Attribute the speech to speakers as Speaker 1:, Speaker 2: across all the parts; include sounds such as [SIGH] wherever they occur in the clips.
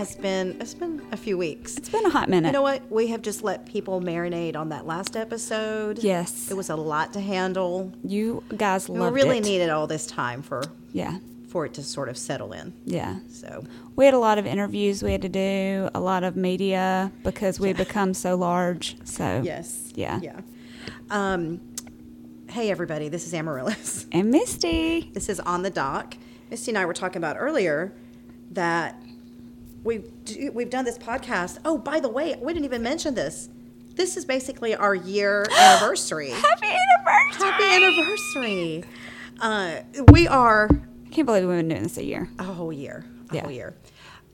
Speaker 1: It's been a few weeks.
Speaker 2: It's been a hot minute.
Speaker 1: You know what? We have just let people marinate on that last episode.
Speaker 2: Yes.
Speaker 1: It was a lot to handle.
Speaker 2: You guys
Speaker 1: We
Speaker 2: loved
Speaker 1: really
Speaker 2: it.
Speaker 1: needed all this time for
Speaker 2: Yeah.
Speaker 1: for it to sort of settle in.
Speaker 2: Yeah.
Speaker 1: So
Speaker 2: We had a lot of interviews we had to do, a lot of media because we had become so large. So
Speaker 1: yes.
Speaker 2: Yeah.
Speaker 1: Yeah. Um, hey everybody, this is Amaryllis.
Speaker 2: And Misty.
Speaker 1: This is on the dock. Misty and I were talking about earlier that we do, we've done this podcast. Oh, by the way, we didn't even mention this. This is basically our year
Speaker 2: [GASPS]
Speaker 1: anniversary.
Speaker 2: Happy anniversary.
Speaker 1: Happy anniversary! Uh, we are
Speaker 2: I can't believe we've been doing this a year.
Speaker 1: a whole year, a
Speaker 2: Yeah.
Speaker 1: whole year.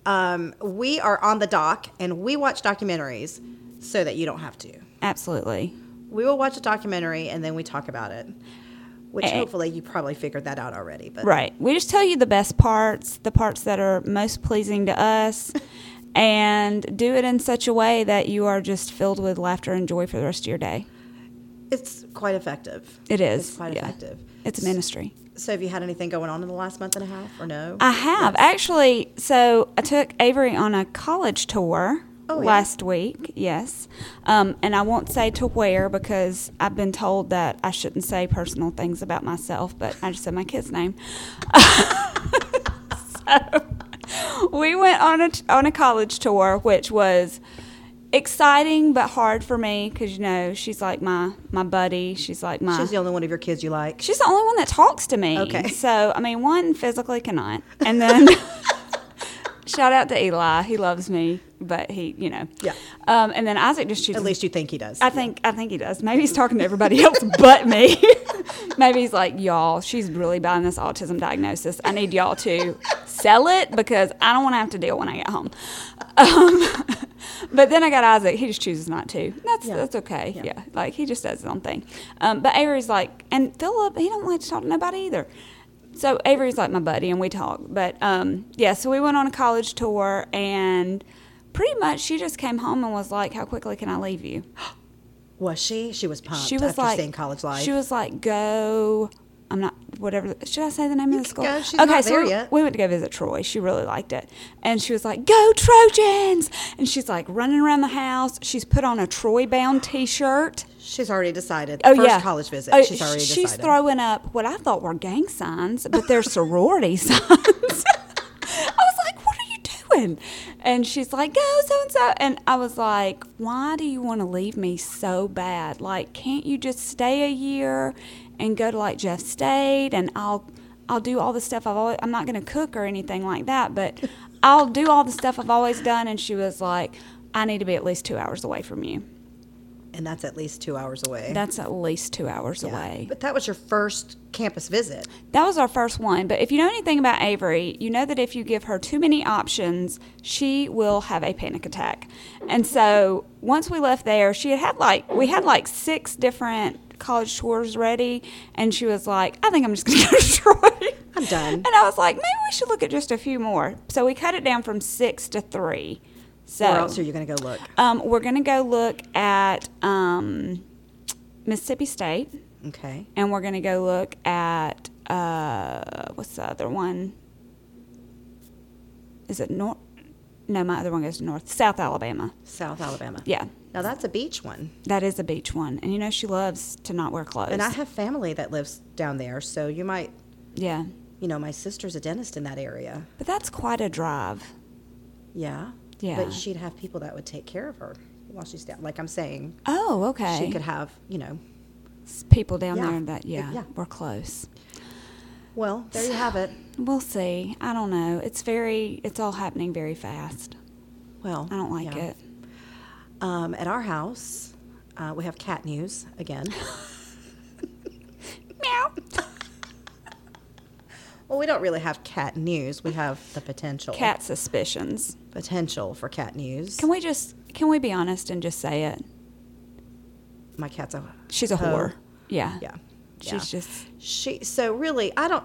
Speaker 1: Um, we are on the dock, and we watch documentaries so that you don't have to.
Speaker 2: Absolutely.
Speaker 1: We will watch a documentary and then we talk about it, which
Speaker 2: Eh.
Speaker 1: hopefully you probably figured that out already. But
Speaker 2: Right. We just tell you the best parts, the parts that are most pleasing to [LAUGHS] us, and do it in such a way that you are just filled with laughter and joy for the rest of your day.
Speaker 1: it's quite effective.
Speaker 2: It is.
Speaker 1: It's quite
Speaker 2: yeah.
Speaker 1: effective.
Speaker 2: It's a ministry.
Speaker 1: So, have you had anything going on in the last month and a half, or no?
Speaker 2: I have actually. So I took Avery on a college tour
Speaker 1: Oh, yeah.
Speaker 2: last week. Yes, um, and I won't say to where because I've been told that I shouldn't say personal things about myself. But I just said my kid's name. [LAUGHS] so we went on a on a college tour, which was exciting but hard for me because you know she's like my my buddy. She's like my
Speaker 1: She's the only one of your kids you like.
Speaker 2: She's the only one that talks to me.
Speaker 1: Okay.
Speaker 2: So, I mean, one physically cannot. And then [LAUGHS] shout out to Eli. He loves me, but he, you know.
Speaker 1: Yeah.
Speaker 2: Um, and then Isaac just shoots.
Speaker 1: At least you think he does.
Speaker 2: I think I think he does. Maybe he's talking to everybody else [LAUGHS] but me. Maybe he's like, y'all, she's really buying this autism diagnosis. I need y'all to sell it because I don't want to have to deal when I get home. Um, [LAUGHS] but then I got Isaac. He just chooses not to. That's
Speaker 1: Yeah.
Speaker 2: that's okay.
Speaker 1: Yeah.
Speaker 2: Yeah. like he just does his own thing. Um, but Avery's like, and Philip, he don't like to talk to nobody either. So Avery's like my buddy, and we talk. But um, yeah, so we went on a college tour, and pretty much she just came home and was like, "How quickly can I leave you?"
Speaker 1: was she? She was pumped
Speaker 2: she was
Speaker 1: after
Speaker 2: like
Speaker 1: seeing college life.
Speaker 2: She was like, go. I'm not whatever. Should I say the name of
Speaker 1: can
Speaker 2: the school?
Speaker 1: go. She's
Speaker 2: okay,
Speaker 1: not
Speaker 2: so
Speaker 1: there
Speaker 2: we,
Speaker 1: yet.
Speaker 2: we went to go visit Troy. She really liked it, and she was like, "Go Trojans!" And she's like running around the house. She's put on a Troy bound T-shirt.
Speaker 1: she's already decided.
Speaker 2: Oh
Speaker 1: First
Speaker 2: yeah,
Speaker 1: college visit.
Speaker 2: Oh,
Speaker 1: she's already
Speaker 2: she's
Speaker 1: decided.
Speaker 2: throwing up what I thought were gang signs, but they're sorority [LAUGHS] signs. I was like, "What are you doing?" And she's like, "Go so and so," and I was like, "Why do you want to leave me so bad? Like, can't you just stay a year and go to like Jeff State, and I'll I'll do all the stuff I've always. I'm not going to cook or anything like
Speaker 1: [LAUGHS]
Speaker 2: that, but I'll do all the stuff I've always done." And she was like, "I need to be at least two hours away from you.
Speaker 1: and that's at least two hours away.
Speaker 2: That's at least two hours
Speaker 1: Yeah.
Speaker 2: away."
Speaker 1: But that was your first campus visit.
Speaker 2: That was our first one. But if you know anything about Avery, you know that if you give her too many options, she will have a panic attack. And so once we left there, she had, had like, we had like six different college tours ready. And she was like, I think I'm just going to [LAUGHS] go to Troy.
Speaker 1: I'm done.
Speaker 2: And I was like, maybe we should look at just a few more. So we cut it down from six to three. So
Speaker 1: Where else are you going to go look?
Speaker 2: um, we're going to go look at um, Mississippi State
Speaker 1: Okay.
Speaker 2: and we're gonna go look at uh, what's the other one? Is it North? No, my other one goes to North South Alabama.
Speaker 1: South Alabama.
Speaker 2: Yeah,
Speaker 1: Now that's a beach one,
Speaker 2: that is a beach one, and you know she loves to not wear clothes.
Speaker 1: and I have family that lives down there, so you might,
Speaker 2: yeah,
Speaker 1: you know, my sister's a dentist in that area.
Speaker 2: but that's quite a drive.
Speaker 1: Yeah.
Speaker 2: Yeah.
Speaker 1: But she'd have people that would take care of her while she's down. Like I'm saying,
Speaker 2: Oh, okay.
Speaker 1: she could have, you know.
Speaker 2: S- people down
Speaker 1: Yeah.
Speaker 2: there that yeah,
Speaker 1: Yeah.
Speaker 2: we're close.
Speaker 1: Well, there you have it.
Speaker 2: We'll see. I don't know. It's very. It's all happening very fast.
Speaker 1: Well,
Speaker 2: I don't like
Speaker 1: yeah.
Speaker 2: it.
Speaker 1: Um, at our house, uh, we have cat news again.
Speaker 2: [LAUGHS] Meow.
Speaker 1: well, we don't really have cat news. We have the potential.
Speaker 2: Cat suspicions.
Speaker 1: Potential for cat news.
Speaker 2: Can we just? Can we be honest and just say it?
Speaker 1: My cat's a.
Speaker 2: She's a
Speaker 1: hoe.
Speaker 2: whore. Yeah.
Speaker 1: Yeah.
Speaker 2: She's
Speaker 1: Yeah.
Speaker 2: just
Speaker 1: She. So really, I don't.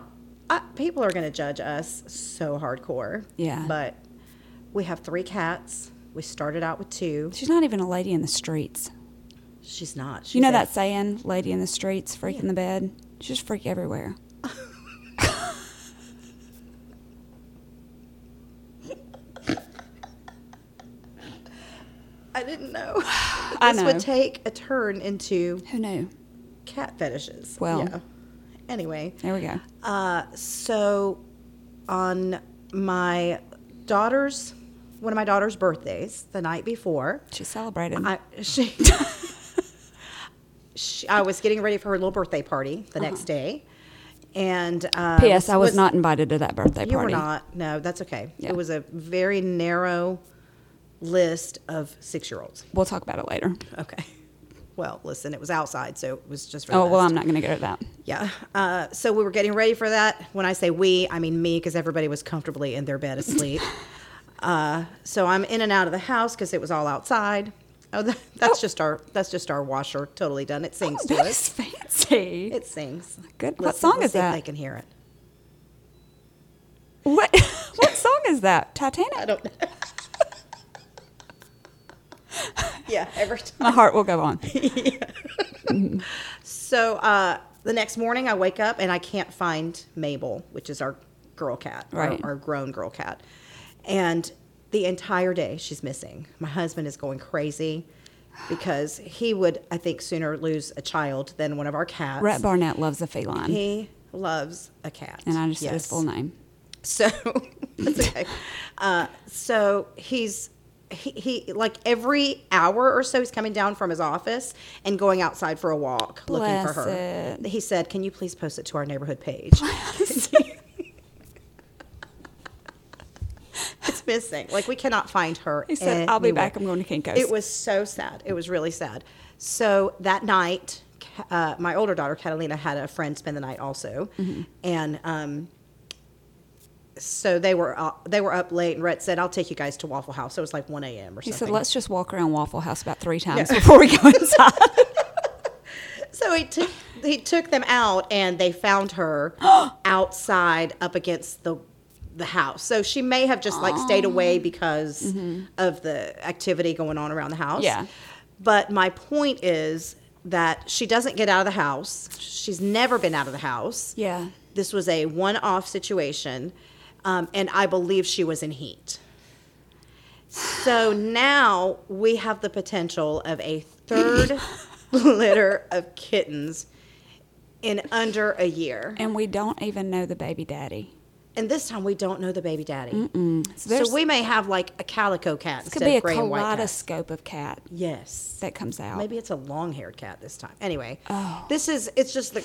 Speaker 1: I, people are going to judge us so hardcore.
Speaker 2: Yeah.
Speaker 1: But we have three cats. We started out with two.
Speaker 2: she's not even a lady in the streets.
Speaker 1: She's not. She's
Speaker 2: you know
Speaker 1: a-
Speaker 2: that saying, lady in the streets, freak in the bed? She's just freak everywhere.
Speaker 1: know.
Speaker 2: [SIGHS] I
Speaker 1: this
Speaker 2: know.
Speaker 1: would take a turn into
Speaker 2: Who knew?
Speaker 1: cat fetishes.
Speaker 2: Well.
Speaker 1: Anyway,
Speaker 2: There we go.
Speaker 1: uh, so on my daughter's one of my daughter's birthdays, the night before,
Speaker 2: She celebrated.
Speaker 1: I
Speaker 2: [LAUGHS]
Speaker 1: she, she I was getting ready for her little birthday party the next day, and um,
Speaker 2: P.S. Uh-huh. I was, not invited to that birthday
Speaker 1: You
Speaker 2: party.
Speaker 1: were not. No, that's okay.
Speaker 2: Yeah.
Speaker 1: It was a very narrow list of six year olds.
Speaker 2: We'll talk about it later.
Speaker 1: Okay. Well, listen, it was outside, so it was just for the
Speaker 2: Oh well,
Speaker 1: best.
Speaker 2: I'm not going to go to that.
Speaker 1: Yeah. Uh, so we were getting ready for that. When I say we, I mean me because everybody was comfortably in their bed
Speaker 2: [LAUGHS]
Speaker 1: asleep. uh, so I'm in and out of the house because it was all outside. Oh, that, that's just our that's just our washer. Totally done. It sings to
Speaker 2: that
Speaker 1: us.
Speaker 2: is fancy.
Speaker 1: It sings.
Speaker 2: Oh, Good. What
Speaker 1: Listen,
Speaker 2: song
Speaker 1: let's
Speaker 2: is
Speaker 1: see if
Speaker 2: that?
Speaker 1: they can hear it.
Speaker 2: What [LAUGHS] what song is that? Titanic.
Speaker 1: I don't know. [LAUGHS] yeah.
Speaker 2: [LAUGHS]
Speaker 1: Every time.
Speaker 2: My heart will go on.
Speaker 1: So uh, the next morning, I wake up and I can't find Mabel, which is our girl cat, our-
Speaker 2: Right.
Speaker 1: our, grown girl cat. And the entire day, she's missing. My husband is going crazy because he would, I think, sooner lose a child than one of our cats.
Speaker 2: Brett Barnett loves a feline,
Speaker 1: He loves a cat.
Speaker 2: and I just said his
Speaker 1: Yes.
Speaker 2: full name.
Speaker 1: So [LAUGHS] that's okay. Uh, so he's he, he like every hour or so he's coming down from his office and going outside for a walk looking for her.
Speaker 2: Bless
Speaker 1: He said, "Can you please post it to our neighborhood
Speaker 2: [LAUGHS]
Speaker 1: page?" it's missing. Like we cannot find her.
Speaker 2: He said, "I'll be
Speaker 1: anywhere."
Speaker 2: back. I'm going to Kinko's."
Speaker 1: It was so sad. It was really sad. So that night, Ca- uh, my older daughter Catalina had a friend spend the night also,
Speaker 2: Mm-hmm.
Speaker 1: and um, so they were uh, they were up late. And Rhett said, "I'll take you guys to Waffle House." So it was like one a.m. or
Speaker 2: He
Speaker 1: something.
Speaker 2: said, "Let's just walk around Waffle House about three times before we
Speaker 1: [LAUGHS]
Speaker 2: go inside."
Speaker 1: so he took he took them out, and they found
Speaker 2: [GASPS]
Speaker 1: her outside, up against the the house. So she may have just like stayed
Speaker 2: Oh.
Speaker 1: away because of the activity going on around the house.
Speaker 2: Mm-hmm. Yeah.
Speaker 1: But my point is that she doesn't get out of the house. She's never been out of the house.
Speaker 2: Yeah.
Speaker 1: This was a one off situation, um, and I believe she was in heat. So now we have the potential of a
Speaker 2: [LAUGHS]
Speaker 1: third litter of kittens in under a year.
Speaker 2: and we don't even know the baby daddy.
Speaker 1: And this time we don't know the baby daddy.
Speaker 2: So there's
Speaker 1: So we may have like a calico cat
Speaker 2: could
Speaker 1: instead
Speaker 2: be a
Speaker 1: of gray and white. Cat.
Speaker 2: kaleidoscope of cat
Speaker 1: Yes.
Speaker 2: that comes out.
Speaker 1: Maybe it's a long-haired cat this time. Anyway,
Speaker 2: Oh.
Speaker 1: this is it's just the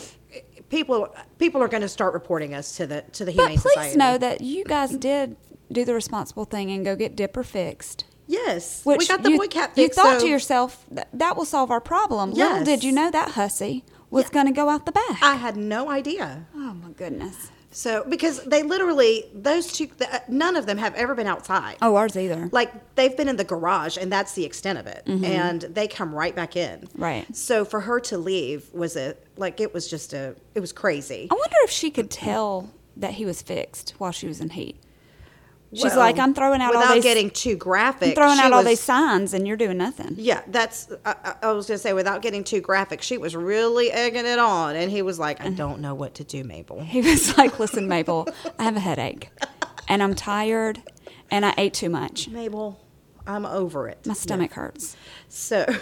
Speaker 1: people people are going to start reporting us to the to the
Speaker 2: but
Speaker 1: humane
Speaker 2: please
Speaker 1: society.
Speaker 2: know that you guys did do the responsible thing and go get Dipper fixed.
Speaker 1: Yes,
Speaker 2: Which
Speaker 1: we got the
Speaker 2: you,
Speaker 1: boy cat.
Speaker 2: You
Speaker 1: fixed,
Speaker 2: thought
Speaker 1: so
Speaker 2: to yourself that that will solve our problem. Little did you
Speaker 1: Yes.
Speaker 2: know that hussy was going to go out the back.
Speaker 1: I had no idea.
Speaker 2: oh my goodness.
Speaker 1: So because they literally those two, the, uh, none of them have ever been outside.
Speaker 2: Oh, ours either.
Speaker 1: Like they've been in the garage, and that's the extent of it. And they come right back in.
Speaker 2: Mm-hmm. Right.
Speaker 1: So for her to leave was a like it was just a it was crazy.
Speaker 2: I wonder if she could tell that he was fixed while she was in heat. She's
Speaker 1: Well,
Speaker 2: like, I'm throwing out
Speaker 1: without
Speaker 2: all these,
Speaker 1: getting too graphic.
Speaker 2: throwing
Speaker 1: she
Speaker 2: out all
Speaker 1: was-
Speaker 2: these signs, and you're doing nothing.
Speaker 1: Yeah, that's. I, I I was gonna say without getting too graphic, she was really egging it on, and he was like,
Speaker 2: Uh-huh.
Speaker 1: "I don't know what to do, Mabel."
Speaker 2: He was like, Listen, Mabel, I have a headache, and I'm tired, and I ate too much.
Speaker 1: Mabel, I'm over it.
Speaker 2: My stomach hurts.
Speaker 1: So, [LAUGHS]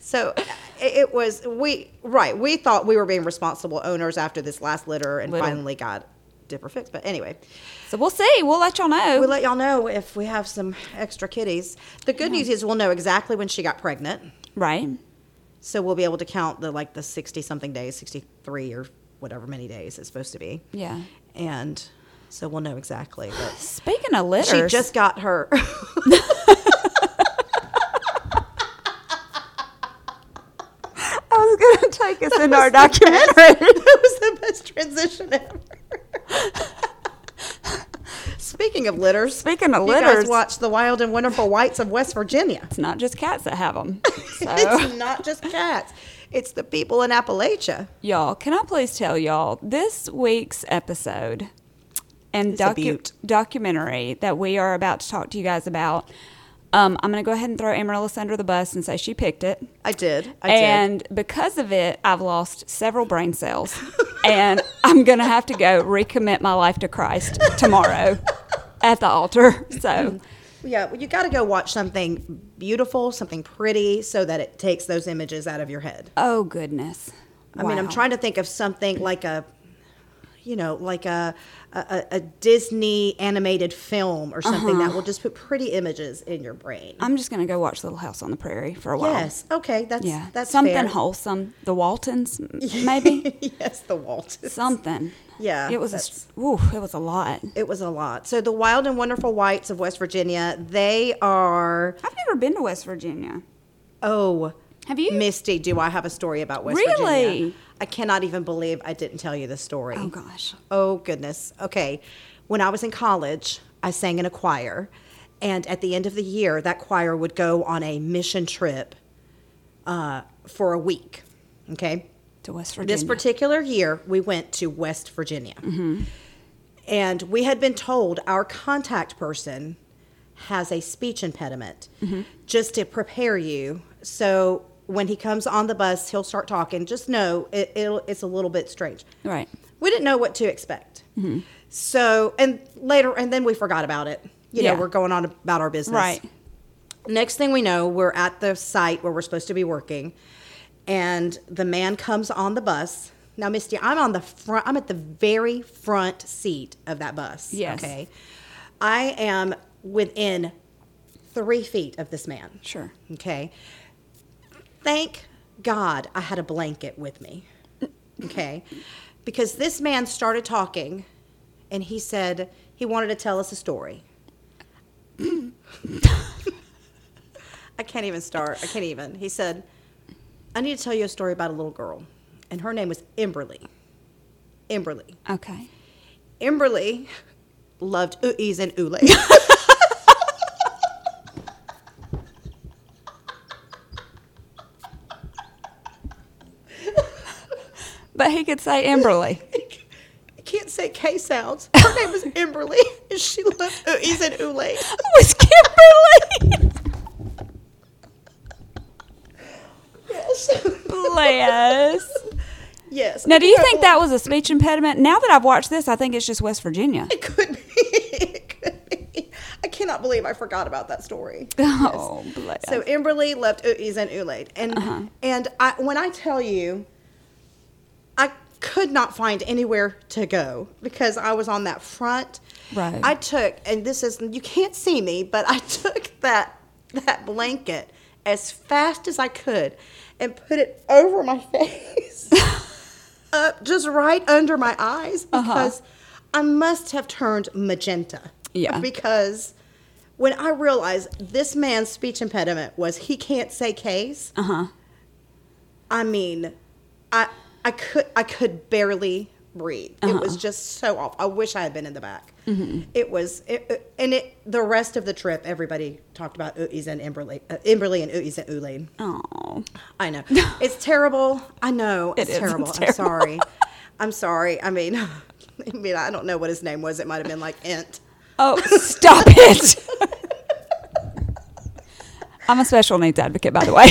Speaker 1: so uh, it it was we right. We thought we were being responsible owners after this last litter, and
Speaker 2: Litter.
Speaker 1: finally got dipper fixed. But anyway,
Speaker 2: So we'll see. We'll let y'all know.
Speaker 1: we'll let y'all know if we have some extra kitties. The good news is we'll know exactly when she got pregnant,
Speaker 2: right?
Speaker 1: so we'll be able to count the like the sixty something days, sixty three or whatever many days it's supposed to be.
Speaker 2: Yeah.
Speaker 1: and so we'll know exactly. But
Speaker 2: Speaking of
Speaker 1: She
Speaker 2: litters,
Speaker 1: just got her.
Speaker 2: I was going to take us in
Speaker 1: [LAUGHS]
Speaker 2: our
Speaker 1: that was the best transition ever. Speaking of litters,
Speaker 2: Speaking of
Speaker 1: you
Speaker 2: litters.
Speaker 1: guys watch the wild and wonderful whites of West Virginia.
Speaker 2: [LAUGHS]
Speaker 1: [LAUGHS]
Speaker 2: It's not just cats that have them. So,
Speaker 1: It's not just cats; it's the people in Appalachia.
Speaker 2: y'all, can I please tell y'all this week's episode and
Speaker 1: a
Speaker 2: docu-
Speaker 1: beaut.
Speaker 2: documentary that we are about to talk to you guys about? Um, I'm going to go ahead and throw Amaryllis under the bus and say she picked it.
Speaker 1: I did. I did.
Speaker 2: and because of it, I've lost several brain cells. and I'm going to have to go recommit my life to Christ tomorrow at the altar. So
Speaker 1: Yeah, well, you got to go watch something beautiful, something pretty, so that it takes those images out of your head.
Speaker 2: Oh goodness.
Speaker 1: I mean, I'm
Speaker 2: Wow.
Speaker 1: trying to think of something like a, you know, like a a- a, a Disney animated film or something that will just put pretty images in your brain.
Speaker 2: I'm just gonna go watch Little House on the Prairie for a while.
Speaker 1: yes. Okay. That's
Speaker 2: Yeah.
Speaker 1: that's
Speaker 2: something
Speaker 1: fair.
Speaker 2: wholesome. The Waltons, m- maybe
Speaker 1: [LAUGHS] yes, the Waltons.
Speaker 2: something.
Speaker 1: Yeah,
Speaker 2: It was a
Speaker 1: that's-
Speaker 2: s ooh, it was a lot.
Speaker 1: It was a lot. So the Wild and Wonderful Whites of West Virginia, they are
Speaker 2: I've never been to West Virginia.
Speaker 1: oh
Speaker 2: Have you?
Speaker 1: Misty, do I have a story about West Virginia?
Speaker 2: Really?
Speaker 1: I cannot even believe I didn't tell you the story.
Speaker 2: Oh gosh.
Speaker 1: Oh, goodness. Okay. When I was in college, I sang in a choir. And at the end of the year, that choir would go on a mission trip uh, for a week. Okay.
Speaker 2: To West Virginia.
Speaker 1: This particular year, we went to West Virginia. And we had been told our contact person has a speech impediment just to prepare you. So when he comes on the bus, he'll start talking. Just know it, it'll, it's a little bit strange
Speaker 2: right.
Speaker 1: we didn't know what to expect.
Speaker 2: Mm-hmm.
Speaker 1: So, and later, and then we forgot about it. You
Speaker 2: Yeah.
Speaker 1: know, we're going on about our business.
Speaker 2: Right.
Speaker 1: Next thing we know, we're at the site where we're supposed to be working, and the man comes on the bus. Now, Misty, I'm on the front, I'm at the very front seat of that bus.
Speaker 2: Yes.
Speaker 1: Okay. I am within three feet of this man.
Speaker 2: Sure.
Speaker 1: Okay. Thank God I had a blanket with me. Okay. Because this man started talking and he said he wanted to tell us a story. [LAUGHS] I can't even start. I can't even. He said, I need to tell you a story about a little girl. And her name was Emberly. Emberly.
Speaker 2: Okay.
Speaker 1: Emberly loved ooies and oolay.
Speaker 2: [LAUGHS] But he could say Emberly.
Speaker 1: I can't say K sounds. Her name was Emberly, and she loved ooies and
Speaker 2: [LAUGHS]
Speaker 1: oolay.
Speaker 2: was Kimberly.
Speaker 1: Yes.
Speaker 2: Bless.
Speaker 1: Yes.
Speaker 2: Now, do you
Speaker 1: Yeah,
Speaker 2: think
Speaker 1: well,
Speaker 2: that was a speech impediment? Now that I've watched this, I think it's just West Virginia.
Speaker 1: it could be? It could be. I cannot believe I forgot about that story.
Speaker 2: [LAUGHS] Oh, bless.
Speaker 1: So Emberly left ooies and oolay, and
Speaker 2: Uh-huh.
Speaker 1: and I, when I tell you, I could not find anywhere to go because I was on that front.
Speaker 2: Right.
Speaker 1: I took, and this is you can't see me, but I [LAUGHS] took that that blanket as fast as I could and put it over my [LAUGHS] face, up just right under my eyes because I must have turned magenta.
Speaker 2: Yeah.
Speaker 1: Because when I realized this man's speech impediment was he can't say K's. Uh huh. I mean, I I could I could barely breathe.
Speaker 2: Uh-huh.
Speaker 1: It was just so off. I wish I had been in the back.
Speaker 2: Mm-hmm.
Speaker 1: It was, it, it- and it the rest of the trip, everybody talked about Ooties and Emberley, uh, Emberley and Ooties and Oolane.
Speaker 2: oh,
Speaker 1: I
Speaker 2: [LAUGHS]
Speaker 1: know it's terrible. I know it's
Speaker 2: is. [LAUGHS] It's
Speaker 1: terrible. I'm
Speaker 2: terrible.
Speaker 1: sorry. I'm sorry. I mean, [LAUGHS] I mean, I don't know what his name was. It might have been like Int. [LAUGHS]
Speaker 2: oh, stop it. [LAUGHS] I'm a special needs advocate, by
Speaker 1: [LAUGHS]
Speaker 2: the way.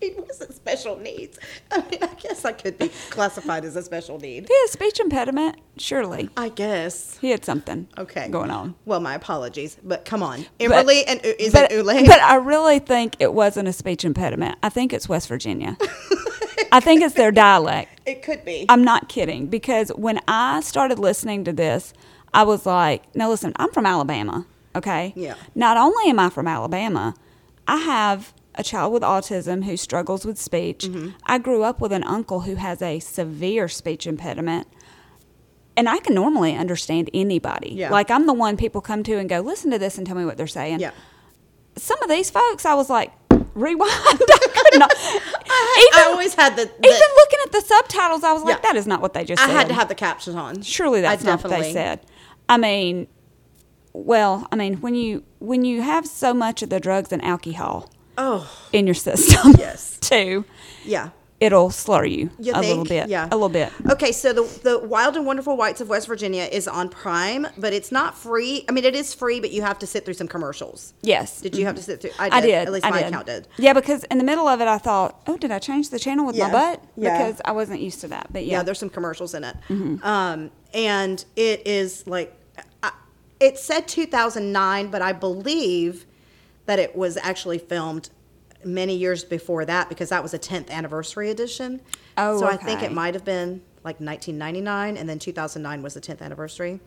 Speaker 1: He wasn't special needs. I mean, I guess I could be classified as a special need.
Speaker 2: Yeah, speech impediment, surely.
Speaker 1: I guess.
Speaker 2: He had something
Speaker 1: Okay.
Speaker 2: going on.
Speaker 1: Well, my apologies, but come on,
Speaker 2: But-
Speaker 1: Emberly and U- is
Speaker 2: but,
Speaker 1: it Ulay?
Speaker 2: but I really think it wasn't a speech impediment. I think it's
Speaker 1: [LAUGHS]
Speaker 2: West Virginia. I think it's their dialect.
Speaker 1: It could be.
Speaker 2: I'm not kidding because when I started listening to this, I was like, "No, listen, I'm from Alabama, okay?
Speaker 1: Yeah.
Speaker 2: Not only am I from Alabama, I have a child with autism who struggles with speech.
Speaker 1: Mm-hmm.
Speaker 2: I grew up with an uncle who has a severe speech impediment. And I can normally understand anybody.
Speaker 1: Yeah.
Speaker 2: Like I'm the one people come to and go, "Listen to this and tell me what they're saying."
Speaker 1: yeah.
Speaker 2: Some of these folks, I was like, "Rewind." [LAUGHS] I could not.
Speaker 1: [LAUGHS] I
Speaker 2: Even-
Speaker 1: always had the. the-
Speaker 2: even looking at the subtitles, I was like,
Speaker 1: Yeah.
Speaker 2: that is not what they just
Speaker 1: I
Speaker 2: said.
Speaker 1: had to have the captions on.
Speaker 2: Surely that's
Speaker 1: I
Speaker 2: not what they said. I mean, well, I mean, when you when you have so much of the drugs and alcohol
Speaker 1: Oh
Speaker 2: in your system,
Speaker 1: [LAUGHS] Yes.
Speaker 2: [LAUGHS] too,
Speaker 1: yeah.
Speaker 2: it'll slur you,
Speaker 1: You
Speaker 2: a
Speaker 1: think?
Speaker 2: little bit,
Speaker 1: Yeah. Oh,
Speaker 2: a little bit.
Speaker 1: Okay, so the the Wild and Wonderful Whites of West Virginia is on Prime, but it's not free. I mean, it is free, but you have to sit through some commercials.
Speaker 2: Yes,
Speaker 1: Did you have to sit through? I did.
Speaker 2: I did.
Speaker 1: At least
Speaker 2: I
Speaker 1: my
Speaker 2: did.
Speaker 1: account did.
Speaker 2: Yeah, because in the middle of it, I thought, oh, did I change the channel with
Speaker 1: Yeah.
Speaker 2: my butt?
Speaker 1: Yeah.
Speaker 2: Because I wasn't used to that. But
Speaker 1: yeah,
Speaker 2: yeah,
Speaker 1: there's some commercials in it um, and it is like I, it said 2009, but I believe that it was actually filmed many years before that because that was a 10th anniversary edition.
Speaker 2: Oh,
Speaker 1: so I think it
Speaker 2: okay.
Speaker 1: might have been like 1999, and then 2009 was the 10th anniversary.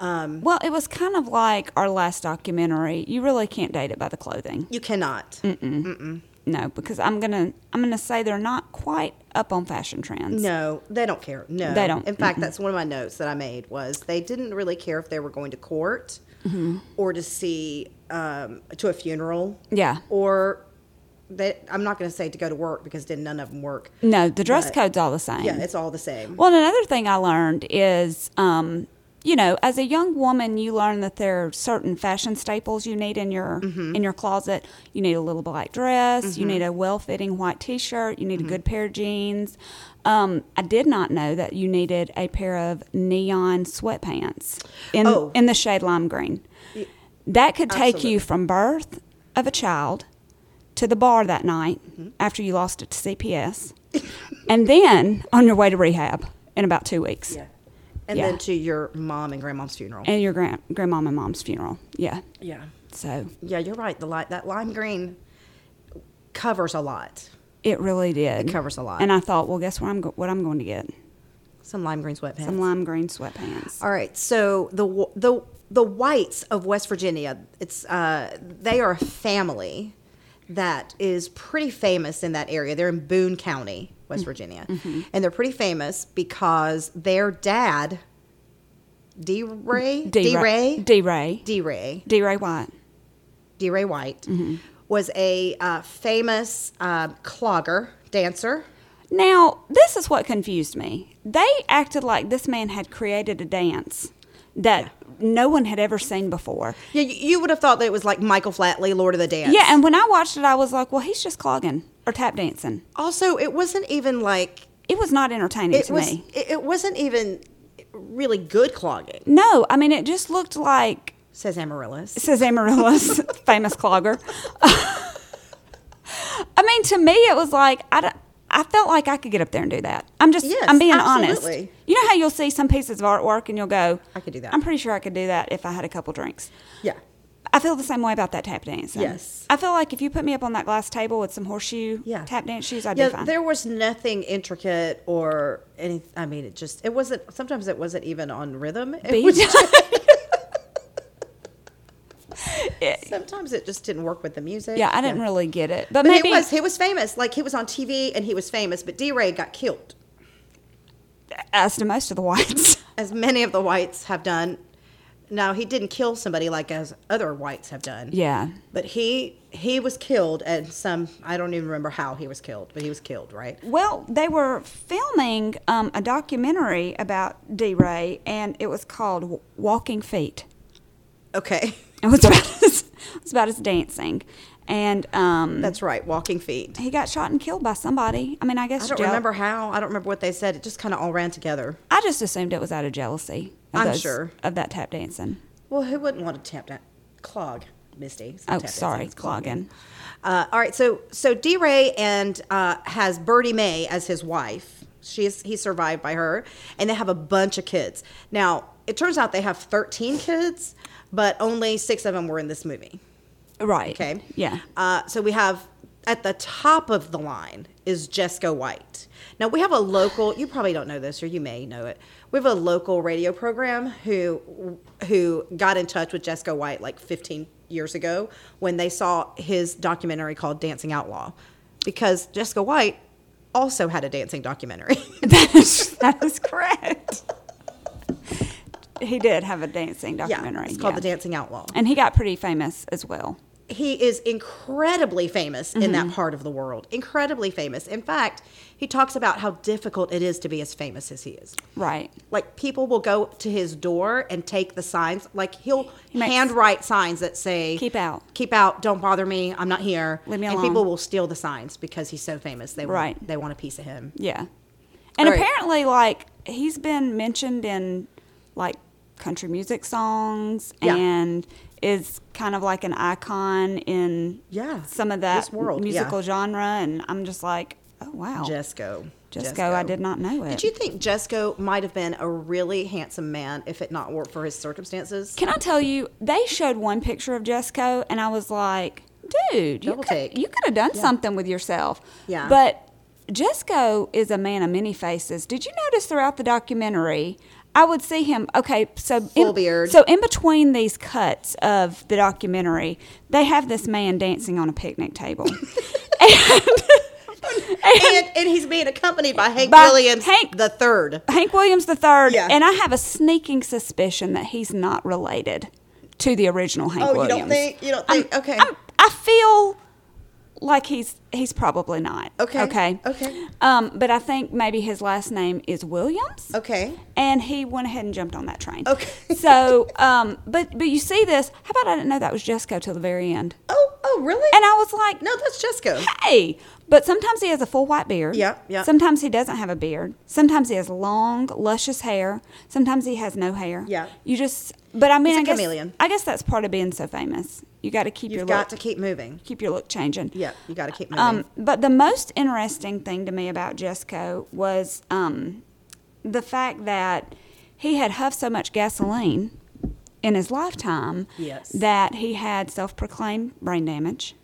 Speaker 2: Well, it was kind of like our last documentary. You really can't date it by the clothing.
Speaker 1: You cannot.
Speaker 2: No, because I'm gonna I'm gonna say they're not quite up on fashion trends.
Speaker 1: No, they don't care. No,
Speaker 2: They don't.
Speaker 1: In fact, that's one of my notes that I made was they didn't really care if they were going to court
Speaker 2: Mm-hmm.
Speaker 1: or to see um, to a funeral.
Speaker 2: Yeah.
Speaker 1: or they. I'm not going to say to go to work because didn't none of them work.
Speaker 2: No, the dress
Speaker 1: But-
Speaker 2: code's all the same.
Speaker 1: Yeah, it's all the same.
Speaker 2: Well, and another thing I learned is, um, you know, as a young woman, you learn that there are certain fashion staples you need in your
Speaker 1: Mm-hmm.
Speaker 2: in your closet. You need a little black dress. You need a well fitting white t shirt. You need
Speaker 1: Mm-hmm.
Speaker 2: a good pair of jeans. Um, I did not know that you needed a pair of neon sweatpants in
Speaker 1: Oh.
Speaker 2: in the shade lime green. That could take you from birth of a child to the bar that night
Speaker 1: Mm-hmm.
Speaker 2: after you lost it to CPS, and then on your way to rehab in about two weeks,
Speaker 1: and
Speaker 2: yeah.
Speaker 1: then to your mom and grandmom's funeral.
Speaker 2: and your grand grandmom and mom's funeral. Yeah,
Speaker 1: yeah,
Speaker 2: so
Speaker 1: yeah, you're right. The light that lime green covers a lot.
Speaker 2: it really did.
Speaker 1: It covers a lot.
Speaker 2: And I thought, well, guess what I'm go- what I'm going to get
Speaker 1: Some lime green sweatpants.
Speaker 2: some lime green sweatpants.
Speaker 1: All right. So the wh- the the whites of West Virginia, it's uh, they are a family that is pretty famous in that area. They're in Boone County, West Virginia, and they're pretty famous because their dad, D. Ray, D. Ray,
Speaker 2: D Ray,
Speaker 1: D. Ray,
Speaker 2: D Ray White.
Speaker 1: D. Ray White, was a uh, famous uh, clogger dancer.
Speaker 2: Now, this is what confused me. They acted like this man had created a dance that no one had ever seen before.
Speaker 1: Yeah, you, you would have thought that it was like Michael Flatley, Lord of the Dance.
Speaker 2: Yeah, and when I watched it, I was like, well, he's just clogging or tap dancing.
Speaker 1: also it wasn't even like
Speaker 2: It was not entertaining
Speaker 1: it
Speaker 2: to
Speaker 1: was
Speaker 2: me.
Speaker 1: It, it wasn't even really good clogging
Speaker 2: No, I mean, it just looked like,
Speaker 1: says amaryllis [LAUGHS]
Speaker 2: says Amaryllis, famous clogger. [LAUGHS] I mean, to me, it was like, I, don't- I felt like I could get up there and do that. I'm just,
Speaker 1: Yes,
Speaker 2: I'm being honest.
Speaker 1: absolutely.
Speaker 2: You know how you'll see some pieces of artwork and you'll go,
Speaker 1: I could do that.
Speaker 2: I'm pretty sure I could do that if I had a couple drinks.
Speaker 1: yeah
Speaker 2: I feel the same way about that tap dancing.
Speaker 1: Yes.
Speaker 2: I feel like if you put me up on that glass table with some horseshoe
Speaker 1: yeah
Speaker 2: tap dance shoes, I'd
Speaker 1: yeah
Speaker 2: be fine.
Speaker 1: there was nothing intricate or any i mean it just it wasn't sometimes it wasn't even on rhythm it
Speaker 2: Beat.
Speaker 1: was
Speaker 2: [LAUGHS]
Speaker 1: just, [LAUGHS]
Speaker 2: It-
Speaker 1: sometimes it just didn't work with the music
Speaker 2: yeah, I didn't really get it. But,
Speaker 1: but
Speaker 2: maybe
Speaker 1: he was he was famous like he was on tv and he was famous but d-ray got killed
Speaker 2: as to most of the whites. [LAUGHS]
Speaker 1: as many of the whites have done now he didn't kill somebody like as other whites have done
Speaker 2: yeah.
Speaker 1: But he he was killed at some I don't even remember how he was killed, but he was killed, right?
Speaker 2: Well, they were filming um, a documentary about D. Ray, and it was called W- "Walking Feet."
Speaker 1: Okay. [LAUGHS]
Speaker 2: It was [LAUGHS] about his, it was about his dancing, and um,
Speaker 1: That's right, walking feet.
Speaker 2: he got shot and killed by somebody. I mean, I guess
Speaker 1: I don't
Speaker 2: jail-
Speaker 1: remember how. I don't remember what they said. It just kind of all ran together.
Speaker 2: I just assumed it was out of jealousy. Of
Speaker 1: I'm
Speaker 2: those-
Speaker 1: sure.
Speaker 2: of that tap dancing.
Speaker 1: Well, who wouldn't want to tap that clog, Misty? It's not
Speaker 2: Oh,
Speaker 1: tap dancing,
Speaker 2: sorry,
Speaker 1: it's
Speaker 2: clogging.
Speaker 1: Uh, all right, so so D. Ray and uh, has Birdie May as his wife. She is he's survived by her, and they have a bunch of kids. Now it turns out they have 13 kids, but only six of them were in this movie.
Speaker 2: Right.
Speaker 1: Okay.
Speaker 2: Yeah.
Speaker 1: Uh, so we have at the top of the line is Jesco White. Now we have a local. You probably don't know this, or you may know it. We have a local radio program who who got in touch with Jesco White like 15 years ago when they saw his documentary called Dancing Outlaw, because Jesco White also had a dancing documentary. [LAUGHS]
Speaker 2: That is, that is correct. he did have a dancing documentary.
Speaker 1: yeah, it's called
Speaker 2: yeah.
Speaker 1: The Dancing Outlaw.
Speaker 2: And he got pretty famous as well.
Speaker 1: he is incredibly famous in
Speaker 2: Mm-hmm.
Speaker 1: that part of the world. Incredibly famous. In fact, he talks about how difficult it is to be as famous as he is.
Speaker 2: Right.
Speaker 1: Like people will go to his door and take the signs. Like he'll
Speaker 2: He makes-
Speaker 1: handwrite signs that say
Speaker 2: Keep out.
Speaker 1: keep out, don't bother me, I'm not here."
Speaker 2: Leave me
Speaker 1: and
Speaker 2: alone.
Speaker 1: people will steal the signs because he's so famous. They want,
Speaker 2: Right.
Speaker 1: they want a piece of him.
Speaker 2: Yeah. And
Speaker 1: All right.
Speaker 2: apparently, like, he's been mentioned in, like, country music songs
Speaker 1: Yeah.
Speaker 2: and is kind of like an icon in
Speaker 1: Yeah,
Speaker 2: some of
Speaker 1: this
Speaker 2: that
Speaker 1: world, yeah.
Speaker 2: musical genre. And I'm just like, oh, wow.
Speaker 1: Jesco.
Speaker 2: Jesco, I did not know it.
Speaker 1: Did you think Jesco might have been a really handsome man if it not worked for his circumstances?
Speaker 2: Can I tell you, they showed one picture of Jesco, and I was like, dude, you
Speaker 1: Double
Speaker 2: could,
Speaker 1: take.
Speaker 2: you could have done something with yourself.
Speaker 1: Yeah.
Speaker 2: But Jesco is a man of many faces. Did you notice throughout the documentary? I would see him. Okay, so
Speaker 1: Full
Speaker 2: in-
Speaker 1: beard.
Speaker 2: So in between these cuts of the documentary, they have this man dancing on a picnic table.
Speaker 1: [LAUGHS] and, and he's being accompanied by Hank
Speaker 2: By
Speaker 1: Williams
Speaker 2: Hank-
Speaker 1: the third.
Speaker 2: Hank Williams the third,
Speaker 1: Yeah.
Speaker 2: and I have a sneaking suspicion that he's not related to the original Hank
Speaker 1: Oh, you
Speaker 2: Williams.
Speaker 1: don't think? You don't
Speaker 2: I'm-
Speaker 1: think? okay.
Speaker 2: I'm- I feel like he's he's probably not.
Speaker 1: Okay,
Speaker 2: Okay.
Speaker 1: okay.
Speaker 2: Um, but I think maybe his last name is Williams.
Speaker 1: Okay.
Speaker 2: And he went ahead and jumped on that train.
Speaker 1: Okay.
Speaker 2: So, um, but but you see this? How about I didn't know that was Jesco till the very end?
Speaker 1: oh, oh, really?
Speaker 2: And I was like,
Speaker 1: no, that's Jesco.
Speaker 2: Hey, but sometimes he has a full white beard.
Speaker 1: Yeah, yeah.
Speaker 2: Sometimes he doesn't have a beard. Sometimes he has long, luscious hair. Sometimes he has no hair.
Speaker 1: Yeah.
Speaker 2: You just, but I mean,
Speaker 1: He's a
Speaker 2: I guess,
Speaker 1: chameleon.
Speaker 2: I guess that's part of being so famous. You got to keep your
Speaker 1: You've got
Speaker 2: look,
Speaker 1: to keep moving.
Speaker 2: keep your look changing.
Speaker 1: Yeah, you got to keep moving.
Speaker 2: Um, but the most interesting thing to me about Jesco was um, the fact that he had huffed so much gasoline in his lifetime
Speaker 1: Yes.
Speaker 2: that he had self-proclaimed brain damage.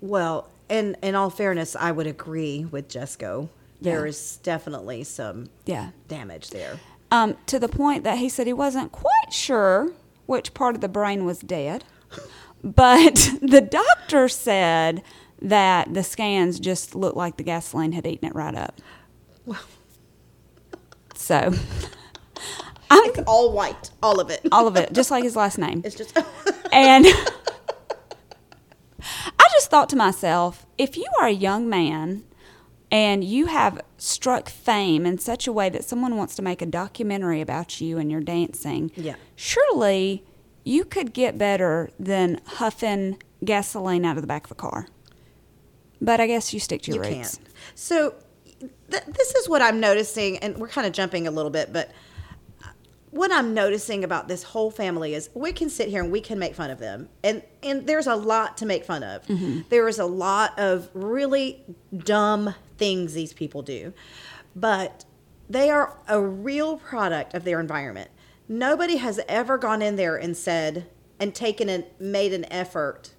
Speaker 1: well, and in all fairness, I would agree with Jesco. There
Speaker 2: Yeah.
Speaker 1: is definitely some
Speaker 2: Yeah.
Speaker 1: damage there.
Speaker 2: um, to the point that he said he wasn't quite sure which part of the brain was dead. [LAUGHS] But [LAUGHS] the doctor said that the scans just looked like the gasoline had eaten it right up. So, [LAUGHS] I'm
Speaker 1: It's all white, all of it.
Speaker 2: all of it, just like his last name.
Speaker 1: It's just [LAUGHS]
Speaker 2: And [LAUGHS] I just thought to myself, if you are a young man and you have struck fame in such a way that someone wants to make a documentary about you and your dancing,
Speaker 1: Yeah.
Speaker 2: surely you could get better than huffing gasoline out of the back of a car. But I guess you stick to
Speaker 1: you
Speaker 2: your
Speaker 1: can't.
Speaker 2: roots.
Speaker 1: So th- this is what I'm noticing, and we're kind of jumping a little bit, but uh, what I'm noticing about this whole family is we can sit here and we can make fun of them, and and there's a lot to make fun of. There is a lot of really dumb things these people do, but they are a real product of their environment. Nobody has ever gone in there and said and taken and made an effort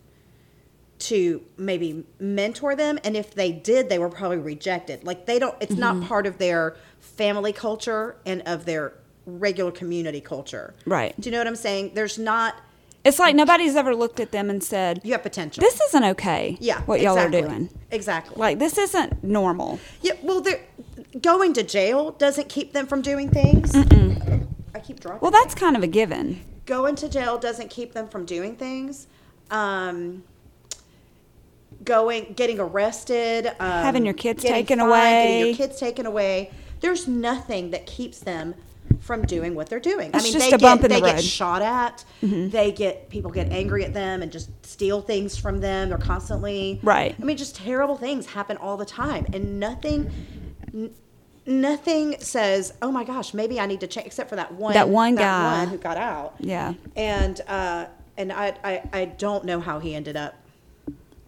Speaker 1: to maybe mentor them and if they did they were probably rejected like they don't it's
Speaker 2: Mm-hmm.
Speaker 1: not part of their family culture and of their regular community culture
Speaker 2: Right.
Speaker 1: do you know what i'm saying there's not
Speaker 2: It's like nobody's ever looked at them and said,
Speaker 1: you have potential
Speaker 2: This isn't okay.
Speaker 1: yeah
Speaker 2: What y'all
Speaker 1: exactly.
Speaker 2: are doing.
Speaker 1: exactly
Speaker 2: Like, this isn't normal.
Speaker 1: yeah well they're going to jail doesn't keep them from doing things i keep dropping
Speaker 2: Well, that's kind of a given.
Speaker 1: going to jail doesn't keep them from doing things. Um, going, getting arrested, um,
Speaker 2: Having your kids
Speaker 1: getting
Speaker 2: taken
Speaker 1: fined, Getting
Speaker 2: away.
Speaker 1: your kids taken away. There's nothing that keeps them from doing what they're doing.
Speaker 2: It's
Speaker 1: I mean,
Speaker 2: just
Speaker 1: they
Speaker 2: a bump
Speaker 1: get,
Speaker 2: in the
Speaker 1: they
Speaker 2: road. Mm-hmm.
Speaker 1: get shot at. They get people get angry at them and just steal things from them. They're constantly
Speaker 2: Right.
Speaker 1: I mean, just terrible things happen all the time, and nothing. n- Nothing says, "Oh my gosh, maybe I need to change." Except for that one,
Speaker 2: That one guy.
Speaker 1: one who got out
Speaker 2: Yeah.
Speaker 1: and uh, and I, I I don't know how he ended up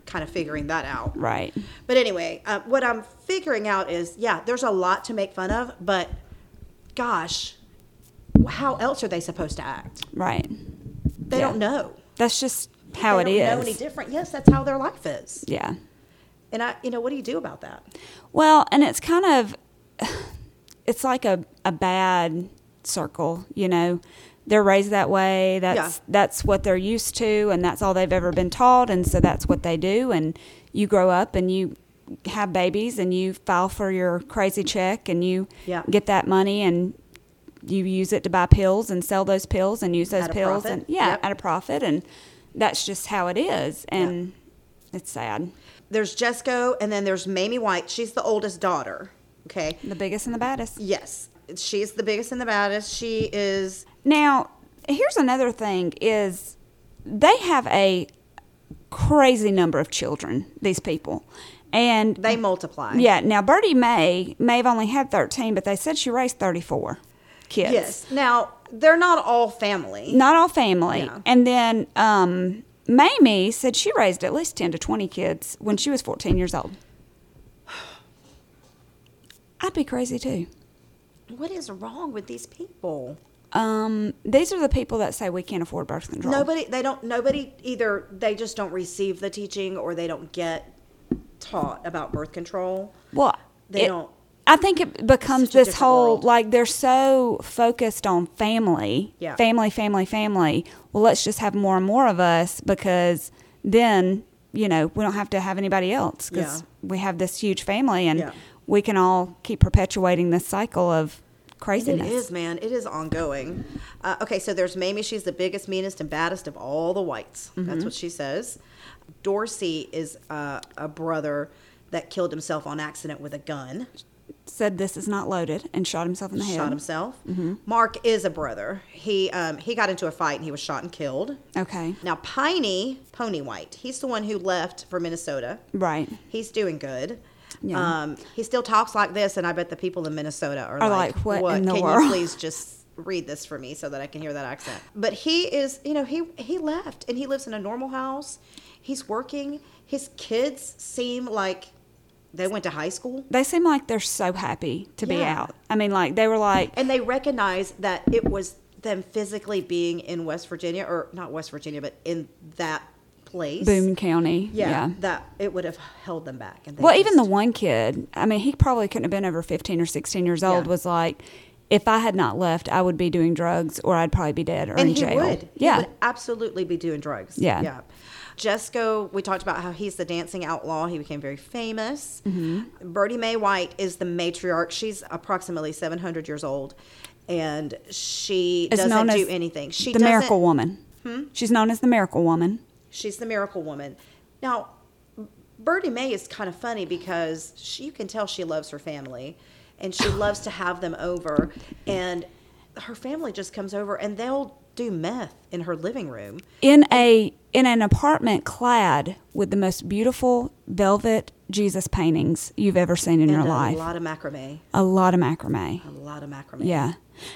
Speaker 1: kind of figuring that out.
Speaker 2: Right.
Speaker 1: But anyway, uh, what I'm figuring out is yeah, there's a lot to make fun of, but gosh, how else are they supposed to act?
Speaker 2: Right.
Speaker 1: They
Speaker 2: Yeah.
Speaker 1: don't know
Speaker 2: That's just how
Speaker 1: they
Speaker 2: it
Speaker 1: don't
Speaker 2: is.
Speaker 1: Know any different? Yes, that's how their life is.
Speaker 2: yeah.
Speaker 1: And I, you know, what do you do about that?
Speaker 2: Well, and it's kind of [SIGHS] it's like a, a bad circle, you know. They're raised that way. That's
Speaker 1: Yeah.
Speaker 2: that's what they're used to and that's all they've ever been taught and so that's what they do and you grow up and you have babies and you file for your crazy check and you
Speaker 1: Yeah.
Speaker 2: get that money and you use it to buy pills and sell those pills and use those
Speaker 1: At a
Speaker 2: pills
Speaker 1: profit.
Speaker 2: and yeah,
Speaker 1: Yep.
Speaker 2: at a profit and that's just how it is and it's sad.
Speaker 1: There's Jesco, and then there's Mamie White. She's the oldest daughter. Okay.
Speaker 2: The biggest and the baddest.
Speaker 1: Yes, she's the biggest and the baddest. She is
Speaker 2: Now, here's another thing is they have a crazy number of children, these people. And
Speaker 1: they multiply.
Speaker 2: yeah, now Birdie May may have only had 13, but they said she raised 34 kids.
Speaker 1: Yes. Now they're not all family.
Speaker 2: Not all family.
Speaker 1: Yeah.
Speaker 2: And then um, Mamie said she raised at least 10 to 20 kids when she was 14 years old. I'd be crazy too.
Speaker 1: What is wrong with these people?
Speaker 2: Um, these are the people that say we can't afford birth control.
Speaker 1: Nobody, they don't, nobody either, they just don't receive the teaching or they don't get taught about birth control.
Speaker 2: Well,
Speaker 1: They
Speaker 2: it-
Speaker 1: don't.
Speaker 2: I think it becomes
Speaker 1: Such a
Speaker 2: this
Speaker 1: different
Speaker 2: whole
Speaker 1: world.
Speaker 2: like they're so focused on family,
Speaker 1: Yeah.
Speaker 2: family, family, family. Well, let's just have more and more of us because then you know we don't have to have anybody else because
Speaker 1: Yeah.
Speaker 2: we have this huge family and
Speaker 1: Yeah.
Speaker 2: we can all keep perpetuating this cycle of
Speaker 1: It
Speaker 2: craziness.
Speaker 1: is, man. It is ongoing. Uh, okay, so there's Mamie. She's the biggest, meanest, and baddest of all the whites. That's what she says. Dorsey is uh, a brother that killed himself on accident with a gun,
Speaker 2: Said this is not loaded and shot himself in the head.
Speaker 1: shot himself. Mark is a brother. He um, he got into a fight and he was shot and killed.
Speaker 2: Okay,
Speaker 1: Now Piney Pony White, he's the one who left for Minnesota.
Speaker 2: right.
Speaker 1: He's doing good.
Speaker 2: Yeah.
Speaker 1: Um, he still talks like this, and I bet the people in Minnesota are,
Speaker 2: Are
Speaker 1: like,
Speaker 2: like, "What in the
Speaker 1: can you
Speaker 2: world?"
Speaker 1: please just read this for me so that I can hear that accent?" But he is, you know, he he left, and he lives in a normal house. He's working. His kids seem like they went to high school,
Speaker 2: They seem like they're so happy to be
Speaker 1: Yeah.
Speaker 2: out. I mean, like they were like,
Speaker 1: and they recognize that it was them physically being in West Virginia, or not West Virginia, but in that place.
Speaker 2: Boone County.
Speaker 1: Yeah,
Speaker 2: yeah.
Speaker 1: that it would have held them back. And they
Speaker 2: Well, even
Speaker 1: just-
Speaker 2: the one kid, I mean, he probably couldn't have been over 15 or 16 years old,
Speaker 1: Yeah.
Speaker 2: was like, if I had not left, I would be doing drugs or I'd probably be dead or
Speaker 1: and
Speaker 2: in
Speaker 1: he
Speaker 2: jail.
Speaker 1: would
Speaker 2: Yeah.
Speaker 1: he would absolutely be doing drugs
Speaker 2: Yeah.
Speaker 1: yeah jesco we talked about how he's the dancing outlaw he became very famous
Speaker 2: Mm-hmm.
Speaker 1: bertie mae white is the matriarch she's approximately 700 years old and she
Speaker 2: It's
Speaker 1: doesn't
Speaker 2: known
Speaker 1: do
Speaker 2: as
Speaker 1: anything she
Speaker 2: the
Speaker 1: doesn't Hmm?
Speaker 2: Miracle Woman. She's known as the Miracle Woman.
Speaker 1: she's the miracle woman now bertie mae is kind of funny because she, you can tell she loves her family and
Speaker 2: [SIGHS]
Speaker 1: she loves to have them over and her family just comes over and they'll do meth in her living room
Speaker 2: In a in an apartment clad with the most beautiful velvet Jesus paintings you've ever seen in your
Speaker 1: And a
Speaker 2: life.
Speaker 1: lot of macrame.
Speaker 2: a lot of macrame.
Speaker 1: A lot of macrame.
Speaker 2: Yeah.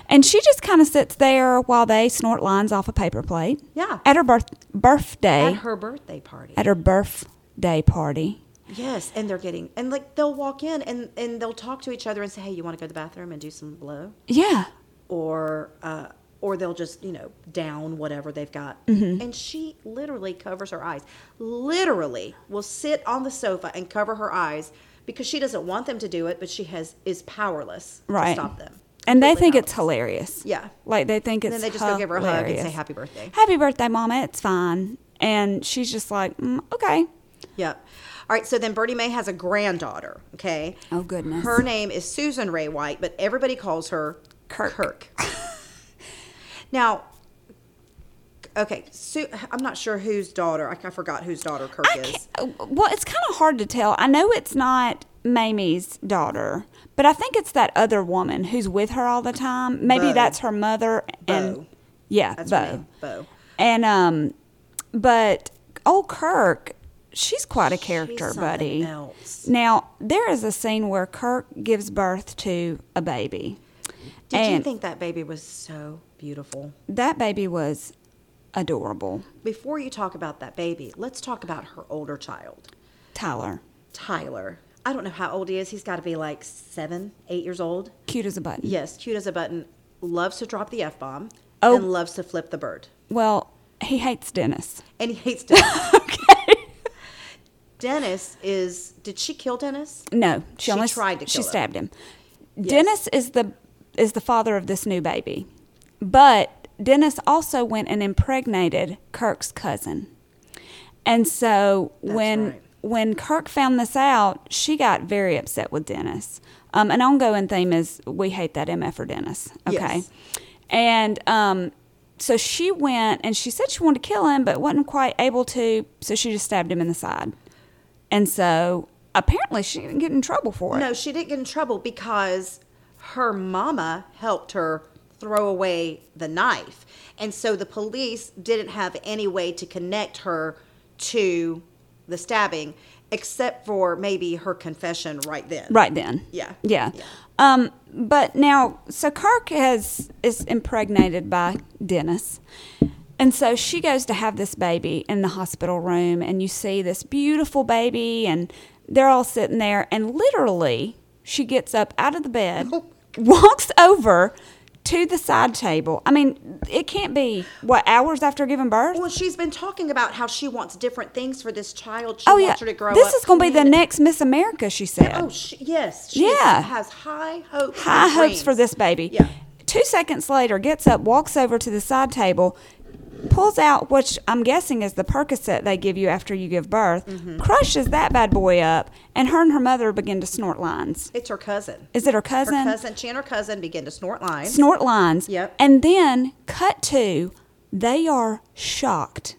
Speaker 2: And she just kind of sits there while they snort lines off a paper plate.
Speaker 1: Yeah.
Speaker 2: At her birth birthday.
Speaker 1: At her birthday party.
Speaker 2: at her birthday party.
Speaker 1: yes, and they're getting and like they'll walk in and and they'll talk to each other and say, "Hey, you want to go to the bathroom and do some blow?"
Speaker 2: Yeah.
Speaker 1: Or uh or they'll just, you know, down whatever they've got.
Speaker 2: Mm-hmm.
Speaker 1: And she literally covers her eyes. Literally will sit on the sofa and cover her eyes because she doesn't want them to do it, but she has is powerless
Speaker 2: Right.
Speaker 1: to stop them.
Speaker 2: And they
Speaker 1: Completely
Speaker 2: think it's
Speaker 1: powerless.
Speaker 2: hilarious.
Speaker 1: Yeah.
Speaker 2: Like they think it's
Speaker 1: then they just go give her a hug and say
Speaker 2: hilarious.
Speaker 1: happy birthday.
Speaker 2: Happy birthday, mama. It's fine. And she's just like, mm, okay.
Speaker 1: Yep. All right, so then Bertie Mae has a granddaughter, okay?
Speaker 2: Oh, goodness.
Speaker 1: Her name is Susan Ray White, but everybody calls her Kirk. Kirk. now, okay, Su- I'm not sure whose daughter. I, I forgot whose daughter Kirk
Speaker 2: I
Speaker 1: is.
Speaker 2: can't- uh, well, it's kind of hard to tell. I know it's not Mamie's daughter, but I think it's that other woman who's with her all the time. Maybe
Speaker 1: Bo.
Speaker 2: that's her mother. And
Speaker 1: Bo.
Speaker 2: yeah,
Speaker 1: That's
Speaker 2: Bo.
Speaker 1: her name, Bo.
Speaker 2: And um, but old Kirk, she's quite a character,
Speaker 1: something
Speaker 2: buddy.
Speaker 1: else.
Speaker 2: Now there is a scene where Kirk gives birth to a baby.
Speaker 1: Did you
Speaker 2: and
Speaker 1: think that baby was so beautiful?
Speaker 2: that baby was adorable,
Speaker 1: Before you talk about that baby, let's talk about her older child,
Speaker 2: Tyler?
Speaker 1: Tyler. I don't know how old he is. He's got to be like seven, eight years old.
Speaker 2: Cute as a button.
Speaker 1: Yes, cute as a button. Loves to drop the f bomb
Speaker 2: Oh.
Speaker 1: and loves to flip the bird.
Speaker 2: Well, he hates Dennis.
Speaker 1: And he hates Dennis. [LAUGHS] Dennis is. Did she kill Dennis?
Speaker 2: No, she,
Speaker 1: She
Speaker 2: only
Speaker 1: tried to
Speaker 2: she
Speaker 1: kill him.
Speaker 2: stabbed him. Dennis is the is the father of this new baby, but Dennis also went and impregnated Kirk's cousin, and so when
Speaker 1: right.
Speaker 2: when Kirk found this out, she got very upset with Dennis. Um, an ongoing theme is we hate that MF for Dennis. Okay,
Speaker 1: Yes.
Speaker 2: and um, so she went and she said she wanted to kill him, but wasn't quite able to, so she just stabbed him in the side. And so apparently she didn't get in trouble for it.
Speaker 1: No, she didn't get in trouble because her mama helped her throw away the knife. And so the police didn't have any way to connect her to the stabbing except for maybe her confession right then.
Speaker 2: Right then.
Speaker 1: Yeah.
Speaker 2: Yeah.
Speaker 1: Yeah.
Speaker 2: Um, but now, so Kirk has is impregnated by Dennis. And so she goes to have this baby in the hospital room, and you see this beautiful baby, and they're all sitting there, and literally she gets up out of the bed,
Speaker 1: Oh
Speaker 2: walks over to the side table. I mean, it can't be what hours after giving birth.
Speaker 1: Well, she's been talking about how she wants different things for this child. She
Speaker 2: Oh yeah,
Speaker 1: wants her to grow
Speaker 2: this
Speaker 1: up
Speaker 2: is going to be the
Speaker 1: clean.
Speaker 2: next Miss America. She said.
Speaker 1: Oh, she, yes. She
Speaker 2: Yeah.
Speaker 1: has high hopes. and
Speaker 2: high hopes for
Speaker 1: dreams.
Speaker 2: this baby.
Speaker 1: Yeah.
Speaker 2: Two seconds later, gets up, walks over to the side table, pulls out which I'm guessing is the Percocet they give you after you give birth,
Speaker 1: Mm-hmm.
Speaker 2: crushes that bad boy up, and her and her mother begin to snort lines.
Speaker 1: It's her cousin.
Speaker 2: Is it her
Speaker 1: Her
Speaker 2: cousin?
Speaker 1: cousin. She and her cousin begin to snort lines.
Speaker 2: Snort lines.
Speaker 1: Yep.
Speaker 2: And then cut to, they are shocked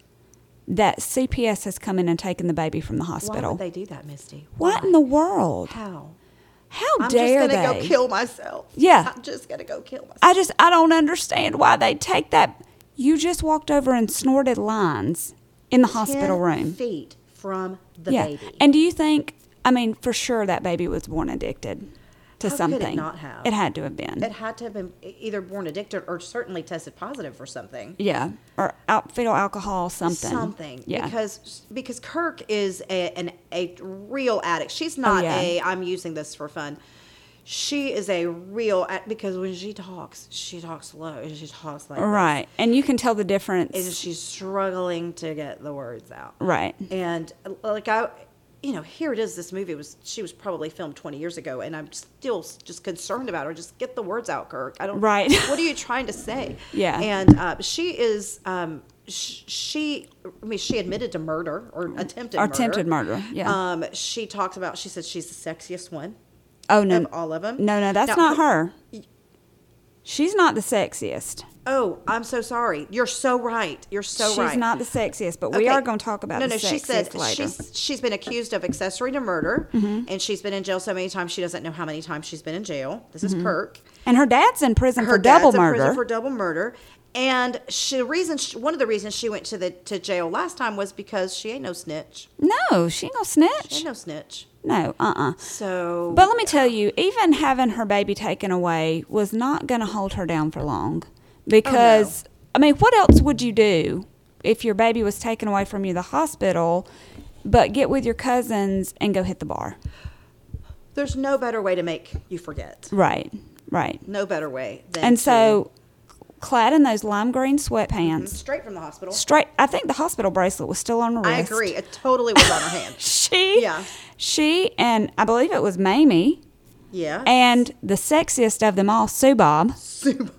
Speaker 2: that CPS has come in and taken the baby from the
Speaker 1: Why
Speaker 2: hospital.
Speaker 1: would they do that, Misty?
Speaker 2: what in the world?
Speaker 1: How?
Speaker 2: How
Speaker 1: I'm
Speaker 2: dare
Speaker 1: just gonna
Speaker 2: they?
Speaker 1: go kill myself.
Speaker 2: Yeah.
Speaker 1: I'm just gonna go kill myself.
Speaker 2: I just I don't understand why they take that. You just walked over and snorted lines in the hospital
Speaker 1: 10
Speaker 2: room.
Speaker 1: Feet from the
Speaker 2: yeah.
Speaker 1: baby.
Speaker 2: And do you think? I mean, for sure that baby was born addicted to
Speaker 1: How could it
Speaker 2: something.
Speaker 1: not have?
Speaker 2: It had to have been.
Speaker 1: It had to have been e, either born addicted or certainly tested positive for something.
Speaker 2: yeah, or out, fetal alcohol, something.
Speaker 1: Something.
Speaker 2: Yeah.
Speaker 1: Because because Kirk is a an, a real addict. She's not
Speaker 2: Oh, yeah.
Speaker 1: a I'm using this for fun. She is a real ad- because when she talks, she talks low and she talks like
Speaker 2: right, and you can tell the difference.
Speaker 1: and she's struggling to get the words out.
Speaker 2: right.
Speaker 1: And like I, you know, here it is. This movie was she was probably filmed 20 years ago, and I'm still just concerned about her. Just get the words out, Kirk. I don't.
Speaker 2: Right.
Speaker 1: [LAUGHS] What are you trying to say?
Speaker 2: [LAUGHS] Yeah.
Speaker 1: And uh, she is. Um, sh- she, I mean, she admitted to murder or attempted murder.
Speaker 2: Attempted murder, yeah.
Speaker 1: Um, she talks about. She says she's the sexiest one
Speaker 2: Oh no.
Speaker 1: of all of them.
Speaker 2: No, no, that's
Speaker 1: Now,
Speaker 2: not her. She's not the sexiest.
Speaker 1: Oh, I'm so sorry. You're so right. You're so
Speaker 2: She's
Speaker 1: right.
Speaker 2: not the sexiest, but we
Speaker 1: Okay.
Speaker 2: are going to talk about
Speaker 1: no, no.
Speaker 2: the sexiest
Speaker 1: She said
Speaker 2: later. Mm-hmm.
Speaker 1: she's she's been accused of accessory to murder, and she's been in jail so many times she doesn't know how many times she's been in jail. This is Kirk.
Speaker 2: And Mm-hmm. her dad's in prison
Speaker 1: Her
Speaker 2: for double
Speaker 1: dad's in
Speaker 2: murder.
Speaker 1: prison for double murder, and she the reason she, one of the reasons she went to the to jail last time was because she ain't no snitch.
Speaker 2: no, she ain't gonna snitch.
Speaker 1: She ain't no snitch.
Speaker 2: no, uh uh
Speaker 1: So,
Speaker 2: But let me tell you, even having her baby taken away was not gonna hold her down for long.
Speaker 1: Oh,
Speaker 2: Because, I mean, what else would you do if your baby was taken away from you, the hospital, but get with your cousins and go hit the bar?
Speaker 1: there's no better way to make you forget.
Speaker 2: Right, right.
Speaker 1: No better way than
Speaker 2: And
Speaker 1: to-
Speaker 2: so, clad in those lime green sweatpants,
Speaker 1: straight from the hospital.
Speaker 2: straight, I think the hospital bracelet was still on her wrist.
Speaker 1: Mm-hmm. I agree. It totally was on her hand.
Speaker 2: [LAUGHS] She,
Speaker 1: Yeah.
Speaker 2: she, and I believe it was Mamie,
Speaker 1: Yeah.
Speaker 2: and the sexiest of them all, Sue Bob,
Speaker 1: Sue,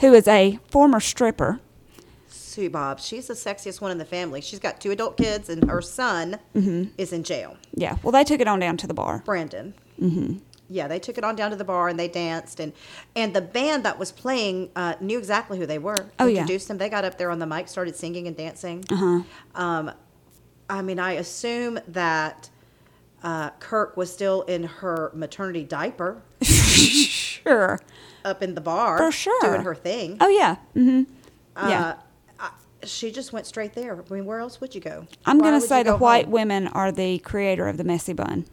Speaker 2: who is a former stripper.
Speaker 1: Sue Bob. She's the sexiest one in the family. She's got two adult kids, and her son
Speaker 2: Mm-hmm.
Speaker 1: is in jail.
Speaker 2: Yeah, well, they took it on down to the
Speaker 1: [LAUGHS]
Speaker 2: bar.
Speaker 1: Brandon. Mm-hmm. Yeah, they took it on down to the bar and they danced and and the band that was playing uh, knew exactly who they were.
Speaker 2: Oh, yeah.
Speaker 1: introduced them. They got up there on the mic, started singing and dancing. Uh-huh. Um, I mean, I assume that uh, Kirk was still in her maternity diaper
Speaker 2: sure.
Speaker 1: up in the bar,
Speaker 2: For sure.
Speaker 1: doing her thing.
Speaker 2: Oh, yeah. hmm
Speaker 1: Uh,
Speaker 2: yeah.
Speaker 1: I, she just went straight there. I mean, where else would you go?
Speaker 2: I'm
Speaker 1: Why
Speaker 2: going
Speaker 1: would
Speaker 2: to
Speaker 1: you
Speaker 2: say the
Speaker 1: go
Speaker 2: white
Speaker 1: home?
Speaker 2: women are the creator of the messy bun.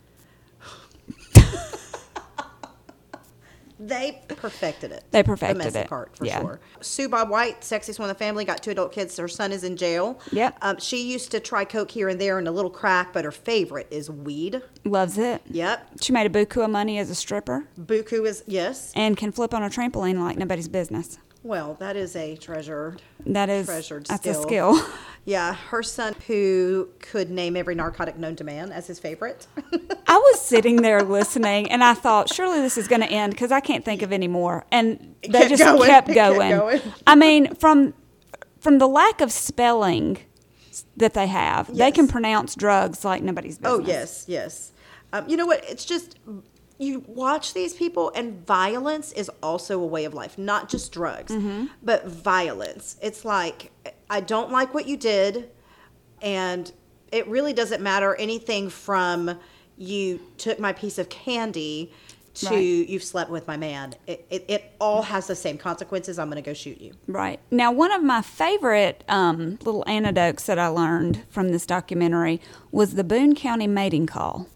Speaker 1: They perfected it.
Speaker 2: They perfected
Speaker 1: the messy
Speaker 2: it.
Speaker 1: part for
Speaker 2: Yeah.
Speaker 1: sure. Sue Bob White, sexiest one in the family, got two adult kids. Her son is in jail.
Speaker 2: Yep.
Speaker 1: Um, she used to try coke here and there and a little crack, but her favorite is weed.
Speaker 2: Loves it.
Speaker 1: Yep.
Speaker 2: She made a buku of money as a stripper
Speaker 1: Buku is yes.
Speaker 2: and can flip on a trampoline like nobody's business.
Speaker 1: Well, that is a treasured.
Speaker 2: That is
Speaker 1: Treasured
Speaker 2: that's a
Speaker 1: skill.
Speaker 2: skill. [LAUGHS]
Speaker 1: Yeah, her son who could name every narcotic known to man as his favorite. [LAUGHS]
Speaker 2: I was sitting there listening, and I thought, surely this is going to end because I can't think of any more. And they
Speaker 1: kept
Speaker 2: just
Speaker 1: going.
Speaker 2: kept
Speaker 1: It [LAUGHS] kept
Speaker 2: going.
Speaker 1: going.
Speaker 2: I mean, from from the lack of spelling that they have, they can
Speaker 1: Yes.
Speaker 2: pronounce drugs like nobody's
Speaker 1: Oh
Speaker 2: business.
Speaker 1: yes, yes. Um, you know what? It's just you watch these people, and violence is also a way of life, not just drugs,
Speaker 2: Mm-hmm.
Speaker 1: but violence. It's like I don't like what you did, and it really doesn't matter anything from you took my piece of candy to
Speaker 2: Right.
Speaker 1: you've slept with my man. It, it, it all has the same consequences. I'm going to go shoot you. [LAUGHS]
Speaker 2: Right. Now, one of my favorite um, little anecdotes that I learned from this documentary was the Boone County mating call.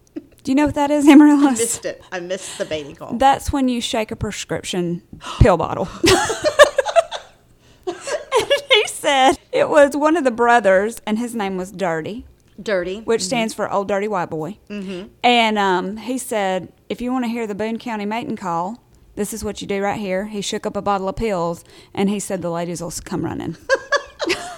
Speaker 2: Do you know what that is, Amarillo?
Speaker 1: Missed it. [LAUGHS] I missed the baiting call.
Speaker 2: That's when you shake a prescription pill [LAUGHS] bottle. and he said it was one of the brothers, and his name was Dirty.
Speaker 1: Dirty.
Speaker 2: which stands for Old Dirty White Boy. Mm-hmm. And um, he said, if you want to hear the Boone County mating call, this is what you do right here. He shook up a bottle of pills and he said the ladies will come [LAUGHS] running.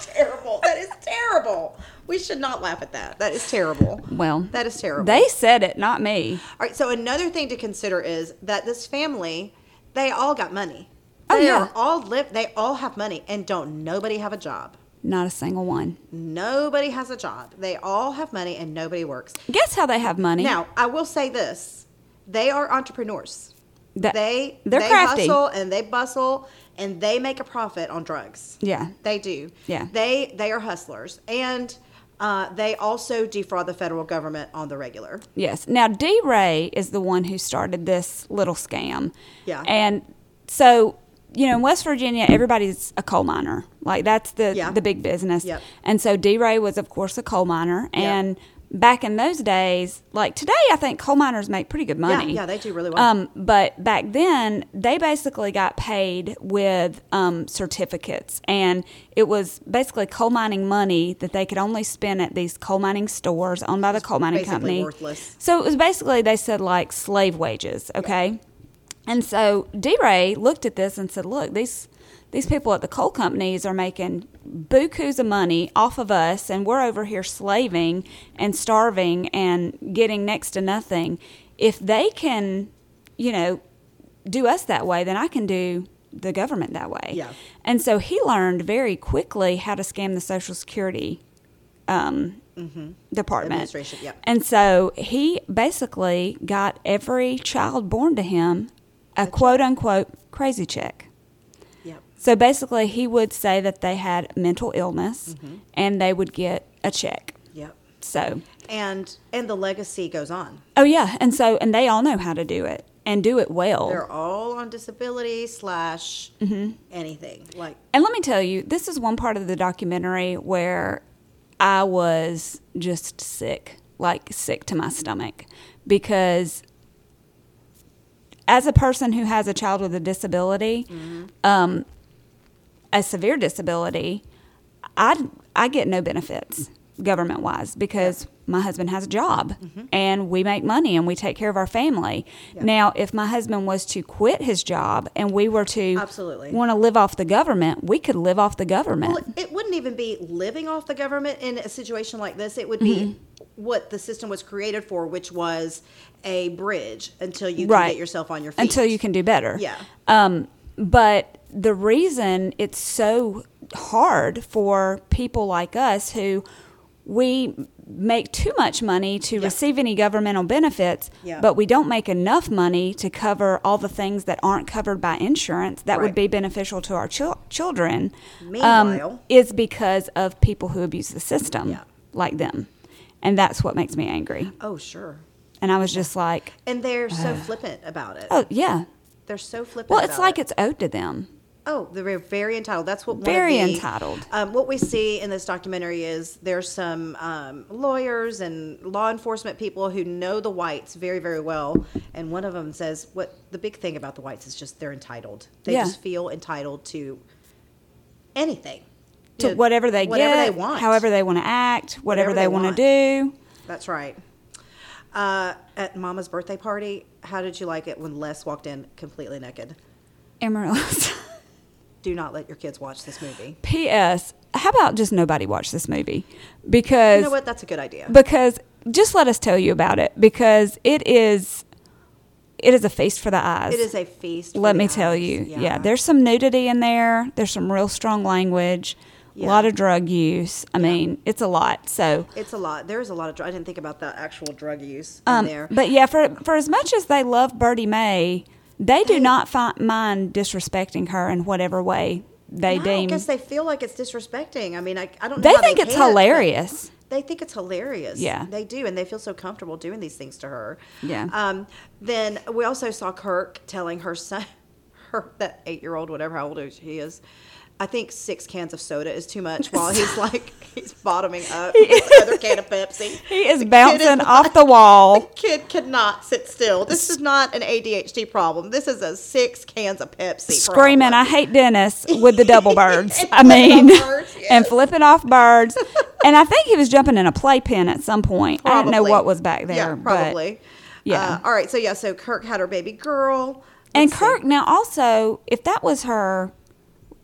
Speaker 1: terrible. That is terrible. We should not laugh at that. That is terrible.
Speaker 2: Well,
Speaker 1: that is terrible.
Speaker 2: They said it, not me.
Speaker 1: All right. So another thing to consider is that this family, they all got money.
Speaker 2: Oh,
Speaker 1: they
Speaker 2: yeah.
Speaker 1: are all live. They all have money, and don't nobody have a job.
Speaker 2: Not a single one.
Speaker 1: Nobody has a job. They all have money, and nobody works.
Speaker 2: Guess how they have money?
Speaker 1: Now, I will say this: they are entrepreneurs.
Speaker 2: That-
Speaker 1: they
Speaker 2: they're
Speaker 1: they
Speaker 2: crafty.
Speaker 1: hustle and they bustle and they make a profit on drugs.
Speaker 2: Yeah.
Speaker 1: they do.
Speaker 2: Yeah.
Speaker 1: they they are hustlers and. Uh, they also defraud the federal government on the regular.
Speaker 2: Yes. Now, D Ray is the one who started this little scam.
Speaker 1: Yeah.
Speaker 2: And so, you know, in West Virginia, everybody's a coal miner. Like that's the
Speaker 1: Yeah.
Speaker 2: the big business.
Speaker 1: Yep.
Speaker 2: And so D Ray was, of course, a coal miner. And back in those days, like today, I think coal miners make pretty good money.
Speaker 1: yeah, they do really well.
Speaker 2: Um, but back then, they basically got paid with um, certificates, and it was basically coal mining money that they could only spend at these coal mining stores owned by the coal mining
Speaker 1: basically
Speaker 2: company.
Speaker 1: worthless.
Speaker 2: So it was basically they said like slave wages, okay? And so D Ray looked at this and said, Look, these these people at the coal companies are making bukus of money off of us and we're over here slaving and starving and getting next to nothing. If they can, you know, do us that way, then I can do the government that way.
Speaker 1: Yeah.
Speaker 2: And so he learned very quickly how to scam the Social Security um, department.
Speaker 1: Administration, yeah.
Speaker 2: And so he basically got every child born to him a quote unquote crazy check.
Speaker 1: Yeah.
Speaker 2: So basically, he would say that they had mental illness and they would get a check.
Speaker 1: Yep.
Speaker 2: So,
Speaker 1: And and the legacy goes on.
Speaker 2: oh yeah. And so, and they all know how to do it and do it well.
Speaker 1: They're all on disability slash
Speaker 2: Mm-hmm.
Speaker 1: anything. Like
Speaker 2: And let me tell you, this is one part of the documentary where I was just sick, like sick to my stomach, because as a person who has a child with a disability, um, a severe disability, I I get no benefits government wise because my husband has a job and we make money and we take care of our family.
Speaker 1: Yeah.
Speaker 2: Now, if my husband was to quit his job and we were to
Speaker 1: Absolutely.
Speaker 2: want to live off the government, we could live off the government.
Speaker 1: well, it wouldn't even be living off the government in a situation like this. It would be
Speaker 2: Mm-hmm.
Speaker 1: what the system was created for, which was a bridge until you can
Speaker 2: Right.
Speaker 1: get yourself on your feet.
Speaker 2: until you can do better.
Speaker 1: Yeah.
Speaker 2: Um, but the reason it's so hard for people like us who we make too much money to receive any governmental benefits,
Speaker 1: Yeah.
Speaker 2: but we don't make enough money to cover all the things that aren't covered by insurance that
Speaker 1: Right.
Speaker 2: would be beneficial to our chil- children. um,
Speaker 1: Meanwhile-
Speaker 2: is because of people who abuse the system
Speaker 1: Yeah.
Speaker 2: like them. And that's what makes me angry.
Speaker 1: Oh sure.
Speaker 2: And I was just like,
Speaker 1: And they're so flippant about it.
Speaker 2: oh, yeah.
Speaker 1: They're so flippant.
Speaker 2: Well, it's
Speaker 1: about
Speaker 2: like
Speaker 1: it.
Speaker 2: it's owed to them.
Speaker 1: Oh, they're very entitled. That's what one of
Speaker 2: Very
Speaker 1: the-
Speaker 2: entitled.
Speaker 1: Um, what we see in this documentary is there's some um, lawyers and law enforcement people who know the whites very very well, and one of them says what the big thing about the whites is just they're entitled. They
Speaker 2: Yeah.
Speaker 1: just feel entitled to anything,
Speaker 2: to
Speaker 1: You know,
Speaker 2: whatever they
Speaker 1: whatever
Speaker 2: get,
Speaker 1: they want,
Speaker 2: however they want to act, whatever,
Speaker 1: Whatever
Speaker 2: they,
Speaker 1: they
Speaker 2: want
Speaker 1: want.
Speaker 2: to do.
Speaker 1: That's right. Uh, at Mama's birthday party, how did you like it when Les walked in completely naked?
Speaker 2: Emeralds. [LAUGHS]
Speaker 1: Do not let your kids watch this movie.
Speaker 2: P.S. How about just nobody watch this movie because
Speaker 1: You know what? That's a good idea.
Speaker 2: because just let us tell you about it because it is it is a feast for the eyes.
Speaker 1: it is a feast. for
Speaker 2: Let
Speaker 1: the
Speaker 2: me tell
Speaker 1: eyes.
Speaker 2: you. Yeah. there's some nudity in there. There's some real strong language. A
Speaker 1: Yeah.
Speaker 2: lot of drug use. I mean, it's a lot. So
Speaker 1: It's a lot. There is a lot of. Dr- I didn't think about the actual drug use in
Speaker 2: Um,
Speaker 1: there.
Speaker 2: But yeah, for for as much as they love Birdie May, they do not fi- mind disrespecting her in whatever way they
Speaker 1: No, I
Speaker 2: deem.
Speaker 1: guess they feel like it's disrespecting. I mean, I, I don't. know
Speaker 2: they
Speaker 1: how
Speaker 2: think it's
Speaker 1: can, but [LAUGHS]
Speaker 2: hilarious.
Speaker 1: They think it's hilarious.
Speaker 2: Yeah.
Speaker 1: they do, and they feel so comfortable doing these things to her.
Speaker 2: Yeah.
Speaker 1: Um. Then [LAUGHS] we also saw Kirk telling her son, her that eight year old, whatever how old she is, I think six cans of soda is too much while
Speaker 2: [LAUGHS]
Speaker 1: he's like he's bottoming up with this other can of Pepsi.
Speaker 2: He is
Speaker 1: Kid
Speaker 2: bouncing
Speaker 1: is
Speaker 2: off the
Speaker 1: [LAUGHS]
Speaker 2: wall.
Speaker 1: Kid cannot sit still. This is not an ADHD problem. This is a six cans of Pepsi.
Speaker 2: screaming,
Speaker 1: problem.
Speaker 2: "I hate
Speaker 1: [LAUGHS]
Speaker 2: Dennis" with the double birds.
Speaker 1: And
Speaker 2: I
Speaker 1: flipping off
Speaker 2: mean,
Speaker 1: birds,
Speaker 2: [LAUGHS] and
Speaker 1: yes.
Speaker 2: flipping
Speaker 1: [LAUGHS]
Speaker 2: off birds. and I think he was jumping in a playpen at some point. I don't know
Speaker 1: Probably.
Speaker 2: what was back there.
Speaker 1: Yeah,
Speaker 2: but-
Speaker 1: probably.
Speaker 2: yeah.
Speaker 1: Uh, all right. So yeah. So Kirk had her baby girl.
Speaker 2: and
Speaker 1: Let's see.
Speaker 2: Kirk now also, if that was her,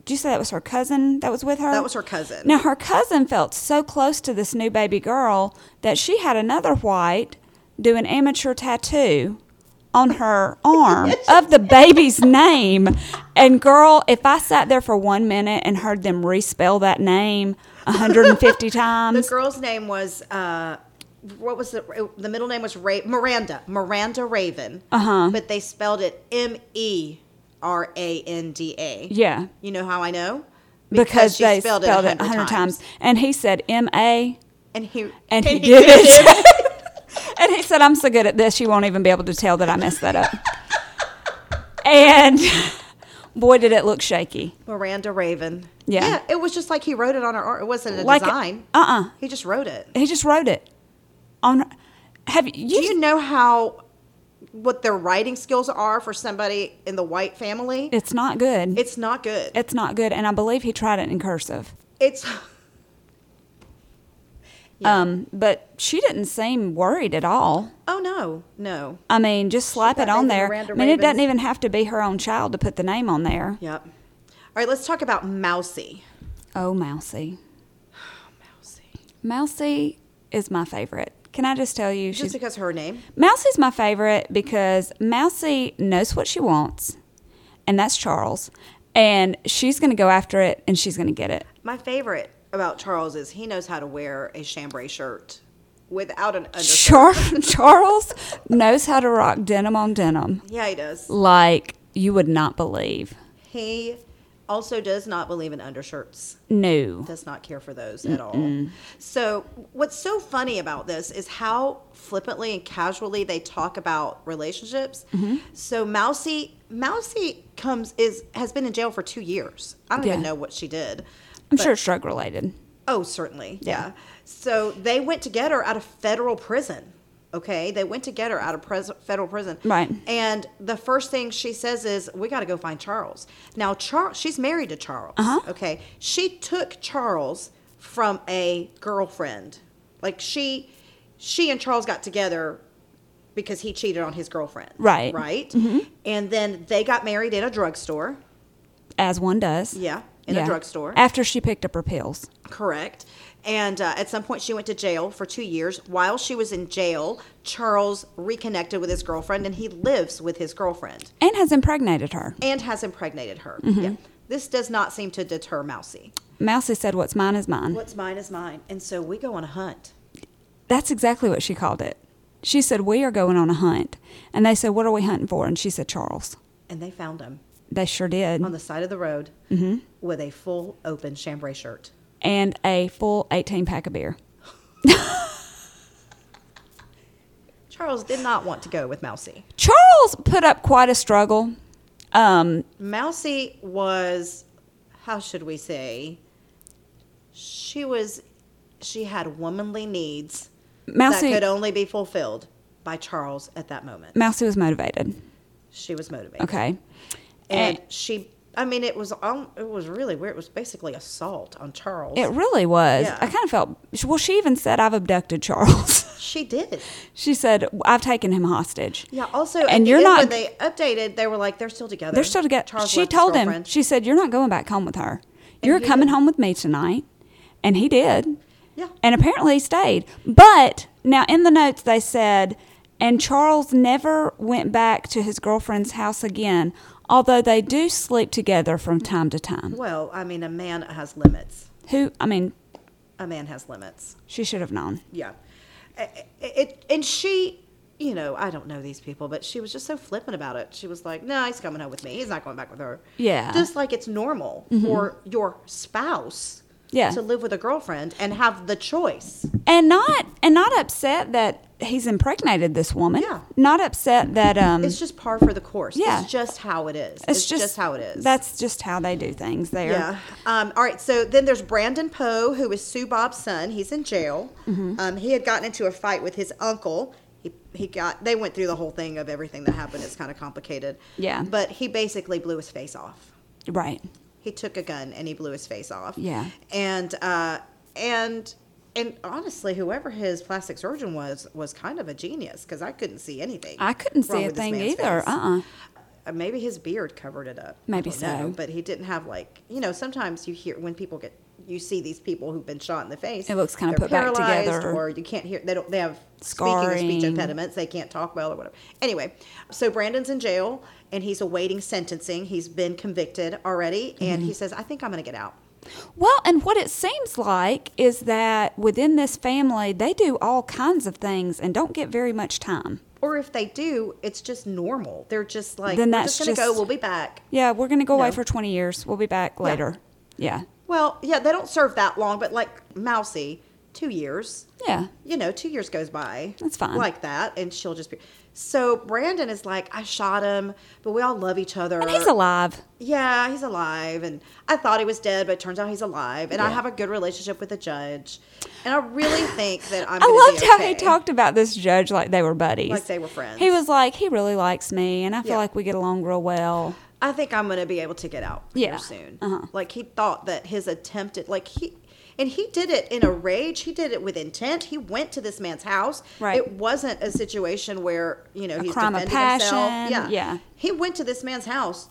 Speaker 2: did you say that was her cousin that was with her?
Speaker 1: That was her cousin.
Speaker 2: Now her cousin felt so close to this new baby girl that she had another white do an amateur tattoo on her [LAUGHS] arm of the baby's name. And girl, if I sat there for one minute and heard them respell that name [LAUGHS] 150
Speaker 1: The
Speaker 2: times,
Speaker 1: girl's name was uh, what was the the middle name was Ra- Miranda Miranda Raven. Uh
Speaker 2: Uh-huh.
Speaker 1: huh. But they spelled it M E R A N D A.
Speaker 2: yeah,
Speaker 1: You know how I know?
Speaker 2: because,
Speaker 1: she
Speaker 2: they spelled, it 100 times. And he said M A,
Speaker 1: And [LAUGHS] he
Speaker 2: and he did it. [LAUGHS] and he said, I'm so good at this, you won't even be able to tell that I messed that up. and [LAUGHS] boy, did it look shaky.
Speaker 1: Miranda Raven.
Speaker 2: Yeah.
Speaker 1: it was just like he wrote it on her arm. It wasn't a
Speaker 2: Like-
Speaker 1: design.
Speaker 2: uh-uh.
Speaker 1: He just wrote it.
Speaker 2: He just wrote it on. Have you?
Speaker 1: Do you know how what their writing skills are for somebody in the white family?
Speaker 2: it's not good.
Speaker 1: it's not good.
Speaker 2: it's not good, and I believe he tried it in cursive.
Speaker 1: it's [LAUGHS]
Speaker 2: Um, but she didn't seem worried at all.
Speaker 1: Oh no. No.
Speaker 2: I mean, just slap
Speaker 1: got
Speaker 2: it on
Speaker 1: maybe
Speaker 2: there. I
Speaker 1: Miranda
Speaker 2: mean, it doesn't
Speaker 1: Ravens.
Speaker 2: even have to be her own child to put the name on there.
Speaker 1: Yep. All right, let's talk about Mousy.
Speaker 2: Oh, Mousy,
Speaker 1: Mousy.
Speaker 2: Mousy is my favorite. Can I just tell you,
Speaker 1: Just
Speaker 2: she's
Speaker 1: because her name.
Speaker 2: Mousy's my favorite because Mousy knows what she wants, and that's Charles. And she's going to go after it, and she's going to get it.
Speaker 1: My favorite about Charles is he knows how to wear a chambray shirt without an undershirt.
Speaker 2: Char- [LAUGHS] Charles knows how to rock denim on denim
Speaker 1: Yeah, he does.
Speaker 2: like you would not believe.
Speaker 1: He also does not believe in undershirts.
Speaker 2: No.
Speaker 1: Does not care for those at all. So, what's so funny about this is how flippantly and casually they talk about relationships. So, Mousy, Mousy comes is has been in jail for two years. I don't even
Speaker 2: Yeah.
Speaker 1: know what she did.
Speaker 2: I'm sure it's drug related.
Speaker 1: Oh, certainly.
Speaker 2: Yeah.
Speaker 1: Yeah. So they went to get her out of federal prison. Okay. They went to get her out of pres- federal prison.
Speaker 2: Right.
Speaker 1: And the first thing she says is, we got to go find Charles. Now, Charles, she's married to Charles.
Speaker 2: Uh-huh.
Speaker 1: Okay. She took Charles from a girlfriend. Like she, she and Charles got together because he cheated on his girlfriend.
Speaker 2: Right. Mm-hmm.
Speaker 1: Right. And then they got married in a drugstore.
Speaker 2: As one does.
Speaker 1: Yeah. In
Speaker 2: Yeah.
Speaker 1: a drugstore.
Speaker 2: After she picked up her pills.
Speaker 1: Correct. And uh, at some point, she went to jail for two years. While she was in jail, Charles reconnected with his girlfriend, and he lives with his girlfriend
Speaker 2: And has impregnated her.
Speaker 1: and has impregnated her. Yeah. This does not seem to deter Mousy.
Speaker 2: Mousy said, What's mine is mine.
Speaker 1: What's mine is mine. And so we go on a hunt.
Speaker 2: That's exactly what she called it. She said, We are going on a hunt. And they said, What are we hunting for? And she said, Charles.
Speaker 1: And they found him
Speaker 2: They sure did.
Speaker 1: on the side of the road with a full open chambray shirt.
Speaker 2: And a full 18 pack of beer.
Speaker 1: Charles did not want to go with Mousy.
Speaker 2: Charles put up quite a struggle. Um,
Speaker 1: Mousy was, how should we say, she was, she had womanly needs
Speaker 2: Mousy-
Speaker 1: that could only be fulfilled by Charles at that moment.
Speaker 2: Mousy was motivated.
Speaker 1: She was motivated,
Speaker 2: Okay.
Speaker 1: and she, I mean, it was on, it was really weird. It was basically assault on Charles.
Speaker 2: It really was.
Speaker 1: Yeah.
Speaker 2: I kind of felt. Well, she even said, "I've abducted Charles." [LAUGHS]
Speaker 1: she did.
Speaker 2: she said, "I've taken him hostage."
Speaker 1: Yeah. Also,
Speaker 2: And
Speaker 1: and
Speaker 2: you're
Speaker 1: you're
Speaker 2: not-
Speaker 1: When they updated, they were like, they're still together.
Speaker 2: They're still together.
Speaker 1: Charles
Speaker 2: she
Speaker 1: left his
Speaker 2: told him.
Speaker 1: girlfriend.
Speaker 2: She said, "You're not going back home with her. You're
Speaker 1: he
Speaker 2: coming
Speaker 1: did.
Speaker 2: home with me tonight," and he did.
Speaker 1: Yeah.
Speaker 2: And apparently, he stayed. But now in the notes, they said, "And Charles never went back to his girlfriend's house again." Although they do sleep together from time to time.
Speaker 1: well, I mean, a man has limits.
Speaker 2: Who? I mean,
Speaker 1: A man has limits.
Speaker 2: she should have known.
Speaker 1: yeah it, it and she you know i don't know these people but she was just so flippant about it she was like no he's coming home with me he's not going back with her
Speaker 2: Yeah. Mm-hmm.
Speaker 1: just like it's normal for your spouse
Speaker 2: Yeah.
Speaker 1: to live with a girlfriend and have the choice
Speaker 2: and not and not upset that he's impregnated this woman.
Speaker 1: Yeah.
Speaker 2: Not upset that um
Speaker 1: It's just par for the course.
Speaker 2: Yeah.
Speaker 1: It's just how it is. It's, just, how it is.
Speaker 2: That's just how they do things there.
Speaker 1: yeah. Um, all right. So then there's Brandon Poe, who is Sue Bob's son. He's in jail.
Speaker 2: Mm-hmm.
Speaker 1: Um, he had gotten into a fight with his uncle. He, he got. They went through the whole thing of everything that happened. It's kind of complicated.
Speaker 2: Yeah.
Speaker 1: But he basically blew his face off.
Speaker 2: Right.
Speaker 1: He took a gun and he blew his face off.
Speaker 2: Yeah.
Speaker 1: And uh, and and honestly, whoever his plastic surgeon was was kind of a genius because I couldn't see anything.
Speaker 2: I couldn't see
Speaker 1: wrong
Speaker 2: a
Speaker 1: with this
Speaker 2: thing
Speaker 1: man's
Speaker 2: either.
Speaker 1: face.
Speaker 2: Uh uh
Speaker 1: Uh, maybe his beard covered it up. I
Speaker 2: Maybe
Speaker 1: don't know,
Speaker 2: so.
Speaker 1: but he didn't have like you know. Sometimes you hear when people get you see these people who've been shot in the face.
Speaker 2: It looks kinda
Speaker 1: they're
Speaker 2: put back
Speaker 1: paralyzed
Speaker 2: together.
Speaker 1: or you can't hear. They don't. They have speaking or
Speaker 2: Scarring.
Speaker 1: speech impediments. They can't talk well or whatever. Anyway, so Brandon's in jail and he's awaiting sentencing. He's been convicted already, and
Speaker 2: Mm-hmm.
Speaker 1: he says, "I think I'm going to get out."
Speaker 2: Well, and what it seems like is that within this family, they do all kinds of things and don't get very much time.
Speaker 1: Or if they do, it's just normal. They're just like,
Speaker 2: Then
Speaker 1: "We're
Speaker 2: that's
Speaker 1: just going to go.
Speaker 2: just-
Speaker 1: We'll be back."
Speaker 2: Yeah, we're going to go away
Speaker 1: No.
Speaker 2: for 20 years. We'll be back later. Yeah.
Speaker 1: Well, yeah, they don't serve that long, but like Mousy, two years.
Speaker 2: Yeah.
Speaker 1: you know, two years goes by.
Speaker 2: That's fine.
Speaker 1: Like that. And she'll just be. So Brandon is like, I shot him, but we all love each other.
Speaker 2: And he's alive.
Speaker 1: Yeah, he's alive. And I thought he was dead, but it turns out he's alive. And I
Speaker 2: Yeah.
Speaker 1: have a good relationship with the judge. And I really think that I'm.
Speaker 2: I
Speaker 1: gonna be
Speaker 2: loved how he
Speaker 1: okay.
Speaker 2: talked about this judge like they were buddies.
Speaker 1: Like they were friends.
Speaker 2: He was like, he really likes me, and I feel
Speaker 1: Yeah.
Speaker 2: like we get along real well.
Speaker 1: I think I'm going to be able to get out
Speaker 2: Yeah.
Speaker 1: here soon.
Speaker 2: Uh-huh.
Speaker 1: Like he thought that his attempt at like he and he did it in a rage. He did it with intent. He went to this man's house.
Speaker 2: Right.
Speaker 1: It wasn't a situation where you know he's
Speaker 2: crime of
Speaker 1: defending
Speaker 2: passion.
Speaker 1: himself.
Speaker 2: Yeah.
Speaker 1: He went to this man's house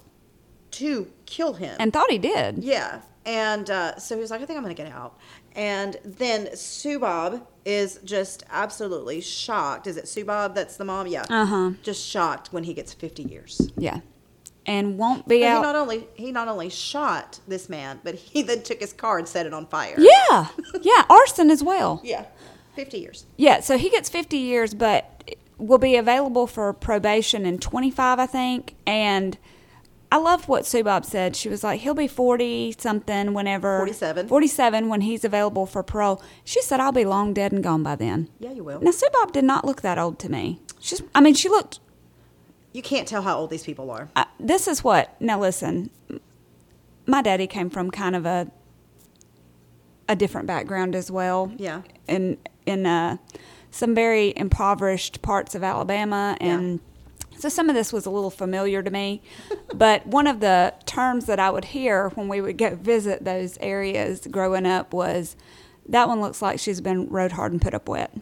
Speaker 1: to kill him.
Speaker 2: And thought he did.
Speaker 1: yeah. And uh, so he was like, I think I'm going to get out. And then Subob is just absolutely shocked. Is it Subob that's the mom? Yeah.
Speaker 2: Uh-huh.
Speaker 1: Just shocked when he gets 50 years.
Speaker 2: Yeah. And won't be
Speaker 1: But
Speaker 2: out.
Speaker 1: he not only he not only shot this man, but he then took his car and set it on fire.
Speaker 2: yeah. Yeah. Arson as well.
Speaker 1: Yeah. Fifty years.
Speaker 2: Yeah. So he gets 50 years, but will be available for probation in 25, I think. And I love what Sue Bob said. She was like, he'll be 40 something whenever.
Speaker 1: 47.
Speaker 2: 47 when he's available for parole. She said, I'll be long dead and gone by then.
Speaker 1: Yeah, you will.
Speaker 2: Now, Sue Bob did not look that old to me. She's, I mean, she looked
Speaker 1: You can't tell how old these people are.
Speaker 2: I- this is what now listen m- my daddy came from kind of a a different background as well
Speaker 1: Yeah.
Speaker 2: in in uh some very impoverished parts of alabama and so some of this was a little familiar to me [LAUGHS] but one of the terms that i would hear when we would go visit those areas growing up was that one looks like she's been rode hard and put up wet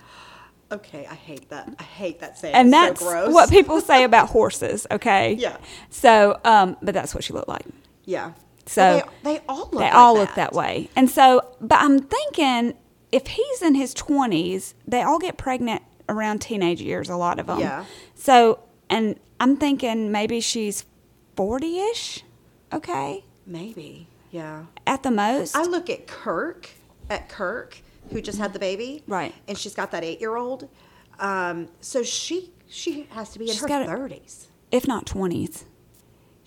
Speaker 1: Okay, I hate that. I hate that saying.
Speaker 2: and
Speaker 1: It's
Speaker 2: that's
Speaker 1: so gross.
Speaker 2: what people say about horses okay
Speaker 1: [LAUGHS] Yeah.
Speaker 2: so um but that's what she looked like
Speaker 1: yeah.
Speaker 2: so
Speaker 1: But they, they all look
Speaker 2: they
Speaker 1: like
Speaker 2: all
Speaker 1: that.
Speaker 2: look that way. And so, but I'm thinking if he's in his 20s, they all get pregnant around teenage years. A lot of them.
Speaker 1: Yeah.
Speaker 2: So, and I'm thinking maybe she's 40ish. Okay,
Speaker 1: Maybe. Yeah.
Speaker 2: at the most.
Speaker 1: I look at Kirk, at Kirk, who just had the baby,
Speaker 2: Right.
Speaker 1: And she's got that eight-year-old. Um, so she she has to be in
Speaker 2: She's
Speaker 1: her
Speaker 2: gotta-
Speaker 1: thirties.
Speaker 2: if not 20s,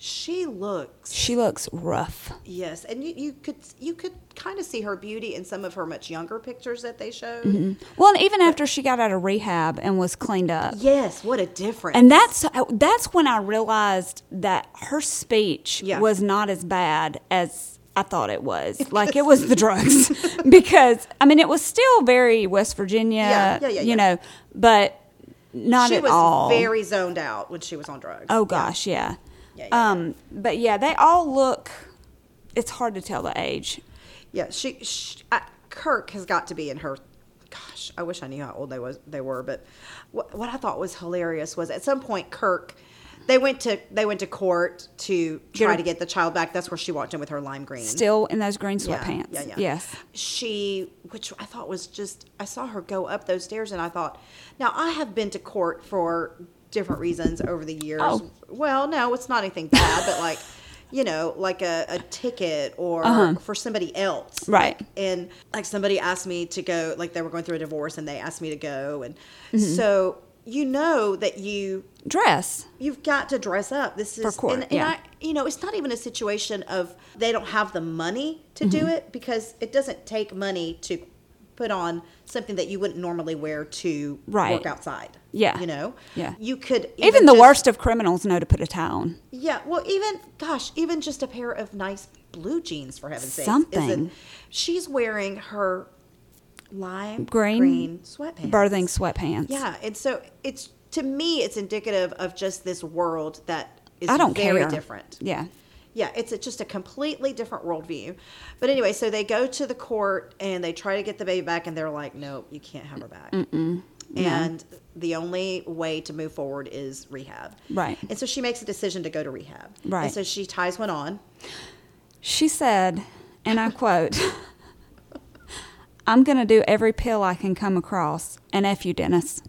Speaker 1: She looks
Speaker 2: she looks rough.
Speaker 1: Yes, and you, you could you could kind of see her beauty in some of her much younger pictures that they showed.
Speaker 2: Well, and even after she got out of rehab and was cleaned up.
Speaker 1: Yes, what a difference!
Speaker 2: And that's that's when I realized that her speech
Speaker 1: Yeah.
Speaker 2: was not as bad as I thought it was. Like it was
Speaker 1: [LAUGHS]
Speaker 2: the drugs because I mean it was still very West Virginia,
Speaker 1: Yeah, yeah, yeah,
Speaker 2: you
Speaker 1: yeah.
Speaker 2: know, but not
Speaker 1: she
Speaker 2: at
Speaker 1: was
Speaker 2: all.
Speaker 1: very zoned out when she was on drugs.
Speaker 2: oh gosh, yeah.
Speaker 1: Yeah, yeah,
Speaker 2: um, but yeah, they all look. It's hard to tell the age.
Speaker 1: yeah, she, she I, Kirk has got to be in her. Gosh, I wish I knew how old they was they were. But what, what I thought was hilarious was at some point Kirk. They went to they went to court to try
Speaker 2: her-
Speaker 1: to get the child back. That's where she walked in with her lime green.
Speaker 2: Still in those green
Speaker 1: Yeah,
Speaker 2: sweatpants.
Speaker 1: Yeah, yeah.
Speaker 2: Yes.
Speaker 1: She, which I thought was just, I saw her go up those stairs and I thought, now I have been to court for different reasons over the years.
Speaker 2: Oh.
Speaker 1: Well, no, it's not anything bad, but like, you know, like a, a ticket or for somebody else.
Speaker 2: Uh-huh. Right.
Speaker 1: Like, and like somebody asked me to go, like they were going through a divorce and they asked me to go. And
Speaker 2: Mm-hmm.
Speaker 1: so you know that you
Speaker 2: Dress.
Speaker 1: you've got to dress up. This is
Speaker 2: court,
Speaker 1: and, and
Speaker 2: yeah.
Speaker 1: I, you know, it's not even a
Speaker 2: Mm-hmm.
Speaker 1: situation of they don't have the money to do it because it doesn't take money to put on something that you wouldn't normally wear to
Speaker 2: Right.
Speaker 1: work outside.
Speaker 2: Yeah.
Speaker 1: You know?
Speaker 2: Yeah.
Speaker 1: You could
Speaker 2: Even, the
Speaker 1: just-
Speaker 2: worst of criminals know to put a tie on.
Speaker 1: Yeah. Well, even, gosh, even just a pair of nice blue jeans, for heaven's sake.
Speaker 2: Something.
Speaker 1: She's wearing her lime
Speaker 2: Green
Speaker 1: green, sweatpants.
Speaker 2: Birthing sweatpants.
Speaker 1: Yeah, and so it's to me, it's indicative of just this world that is
Speaker 2: I don't
Speaker 1: very
Speaker 2: care.
Speaker 1: different.
Speaker 2: Yeah.
Speaker 1: Yeah, it's a, just a completely different worldview. But anyway, so they go to the court and they try to get the baby back, and they're like, "Nope, you can't have her back." And the only way to move forward is rehab.
Speaker 2: Right.
Speaker 1: And so she makes a decision to go to rehab.
Speaker 2: Right.
Speaker 1: And so she ties one on.
Speaker 2: She said, and I quote, I'm going to do every pill I can come across, and F you, Dennis.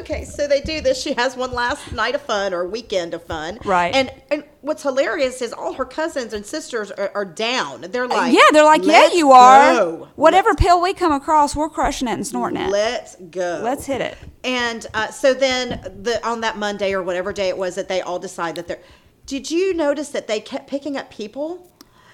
Speaker 1: Okay, so they do this. She has one last night of fun or weekend of fun.
Speaker 2: Right.
Speaker 1: And and what's hilarious is all her cousins and sisters are, are down. They're like,
Speaker 2: Uh, yeah, they're like, yeah,
Speaker 1: "Let's
Speaker 2: you are.
Speaker 1: go.
Speaker 2: Whatever pill we come across, we're crushing it and snorting it.
Speaker 1: Let's go.
Speaker 2: Let's hit it.
Speaker 1: And uh, so then the on that Monday or whatever day it was that they all decide that they're. Did you notice that they kept picking up people?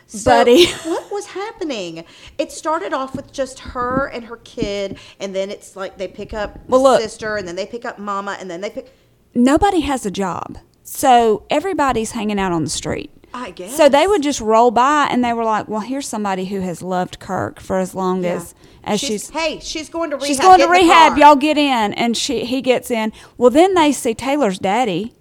Speaker 1: So
Speaker 2: Buddy.
Speaker 1: [LAUGHS] what was happening? It started off with just her and her kid, and then it's like they pick up
Speaker 2: Well, look.
Speaker 1: sister, and then they pick up mama, and then they pick.
Speaker 2: Nobody has a job. So everybody's hanging out on the street.
Speaker 1: I guess.
Speaker 2: So they would just roll by and they were like, well, here's somebody who has loved Kirk for as long as, as she's
Speaker 1: hey, she's going to rehab.
Speaker 2: She's going
Speaker 1: Get
Speaker 2: to
Speaker 1: in the
Speaker 2: rehab.
Speaker 1: car.
Speaker 2: Y'all get in, and she he gets in. Well, then they see Taylor's daddy,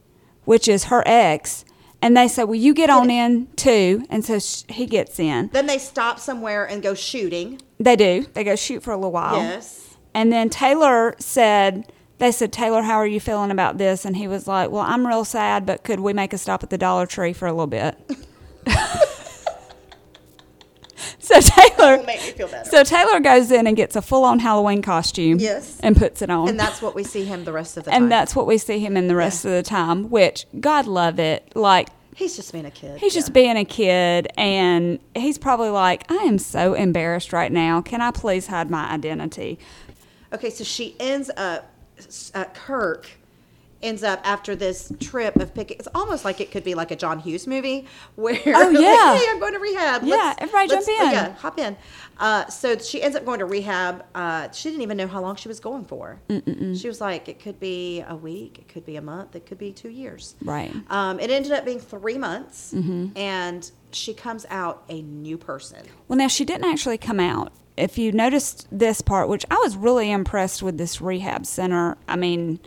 Speaker 2: which is her ex, and they say, "Well, you get on in too." And so sh- he gets in.
Speaker 1: Then they stop somewhere and go shooting.
Speaker 2: They do. They go shoot for a little while.
Speaker 1: Yes.
Speaker 2: And then Taylor said, "They said, Taylor, how are you feeling about this?" And he was like, "Well, I'm real sad, but could we make a stop at the Dollar Tree for a little bit?" [LAUGHS] so Taylor.
Speaker 1: Will make me feel better.
Speaker 2: So Taylor goes in and gets a full-on Halloween costume.
Speaker 1: Yes.
Speaker 2: And puts it on.
Speaker 1: and that's what we see him the rest of the time.
Speaker 2: and that's what we see him in the rest of the time which god love it like
Speaker 1: he's just being a kid.
Speaker 2: he's just being a kid and he's probably like i am so embarrassed right now can i please hide my identity
Speaker 1: Okay, so she ends up, uh, Kirk ends up after this trip of picking, it's almost like it could be like a John Hughes movie [LAUGHS] where, oh,
Speaker 2: yeah.
Speaker 1: hey, I'm going to rehab. oh,
Speaker 2: Yeah, everybody jump in.
Speaker 1: Yeah, hop in. Uh, so she ends up going to rehab. Uh, she didn't even know how long she was going for. She was like, it could be a week, it could be a month, it could be two years.
Speaker 2: Right. Mm-hmm.
Speaker 1: Um, it ended up being three months, and she comes out a new person.
Speaker 2: well now she didn't actually come out if you noticed this part which i was really impressed with this rehab center i mean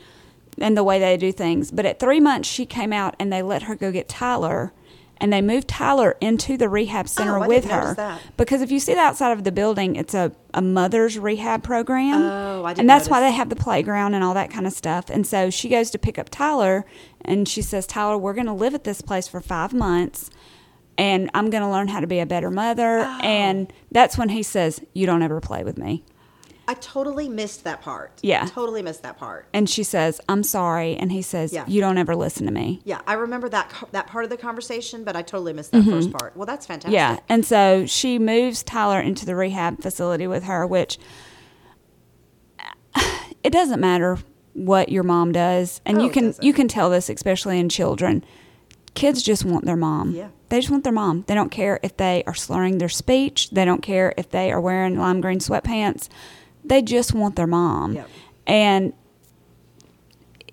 Speaker 2: and the way they do things but at three months she came out and they let her go get tyler and they moved tyler into the rehab center
Speaker 1: Oh, I
Speaker 2: with
Speaker 1: didn't notice
Speaker 2: her
Speaker 1: that.
Speaker 2: because if you see the outside of the building, it's a, a mother's rehab program.
Speaker 1: Oh, I didn't
Speaker 2: And that's why
Speaker 1: notice.
Speaker 2: they have the playground and all that kind of stuff. And so she goes to pick up Tyler and she says, Tyler, we're going to live at this place for five months and I'm going to learn how to be a better mother.
Speaker 1: Oh.
Speaker 2: And that's when he says, You don't ever play with me.
Speaker 1: I totally missed that part.
Speaker 2: Yeah.
Speaker 1: Totally missed that part.
Speaker 2: And she says, I'm sorry. And he says,
Speaker 1: Yeah.
Speaker 2: You don't ever listen to me.
Speaker 1: Yeah, I remember that co- that part of the conversation, but I totally missed that first part. Well, that's fantastic.
Speaker 2: Mm-hmm. Yeah. And so she moves Tyler into the rehab facility with her, which [SIGHS] it doesn't matter what your mom does. And
Speaker 1: Oh,
Speaker 2: you
Speaker 1: it
Speaker 2: can
Speaker 1: doesn't.
Speaker 2: you can tell this especially in children. Kids just want their mom.
Speaker 1: Yeah.
Speaker 2: They just want their mom. They don't care if they are slurring their speech. They don't care if they are wearing lime green sweatpants. They just want their mom.
Speaker 1: Yep.
Speaker 2: And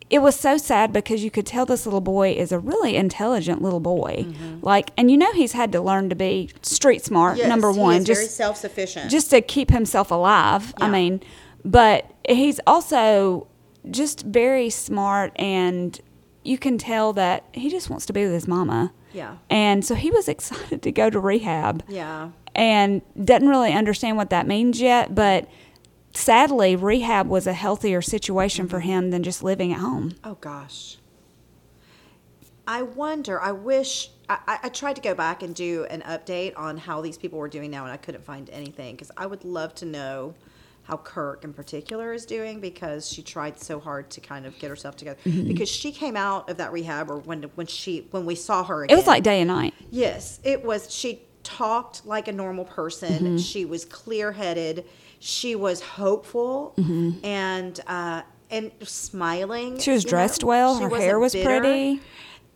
Speaker 2: it was so sad because you could tell this little boy is a really intelligent little boy. Like, and you know he's had to learn to be street smart.
Speaker 1: Mm-hmm. Yes,
Speaker 2: number
Speaker 1: he
Speaker 2: one,
Speaker 1: is
Speaker 2: just
Speaker 1: very self sufficient.
Speaker 2: just to keep himself alive. I
Speaker 1: Yeah.
Speaker 2: mean, but he's also just very smart, and you can tell that he just wants to be with his mama.
Speaker 1: Yeah.
Speaker 2: And so he was [LAUGHS] excited to go to rehab.
Speaker 1: Yeah.
Speaker 2: And doesn't really understand what that means yet, but sadly, rehab was a healthier situation
Speaker 1: Mm-hmm.
Speaker 2: for him than just living at home.
Speaker 1: oh gosh. I wonder. I wish I, I, I tried to go back and do an update on how these people were doing now, and I couldn't find anything because I would love to know how Kirk in particular is doing because she tried so hard to kind of get herself together
Speaker 2: Mm-hmm.
Speaker 1: because she came out of that rehab or when when she when we saw her
Speaker 2: It
Speaker 1: again,
Speaker 2: was like day and night.
Speaker 1: Yes, it was. She talked like a normal person.
Speaker 2: Mm-hmm.
Speaker 1: She was clear headed. She was hopeful
Speaker 2: Mm-hmm.
Speaker 1: and uh, and smiling.
Speaker 2: She was
Speaker 1: you
Speaker 2: dressed well.
Speaker 1: She
Speaker 2: Her
Speaker 1: wasn't
Speaker 2: hair was pretty.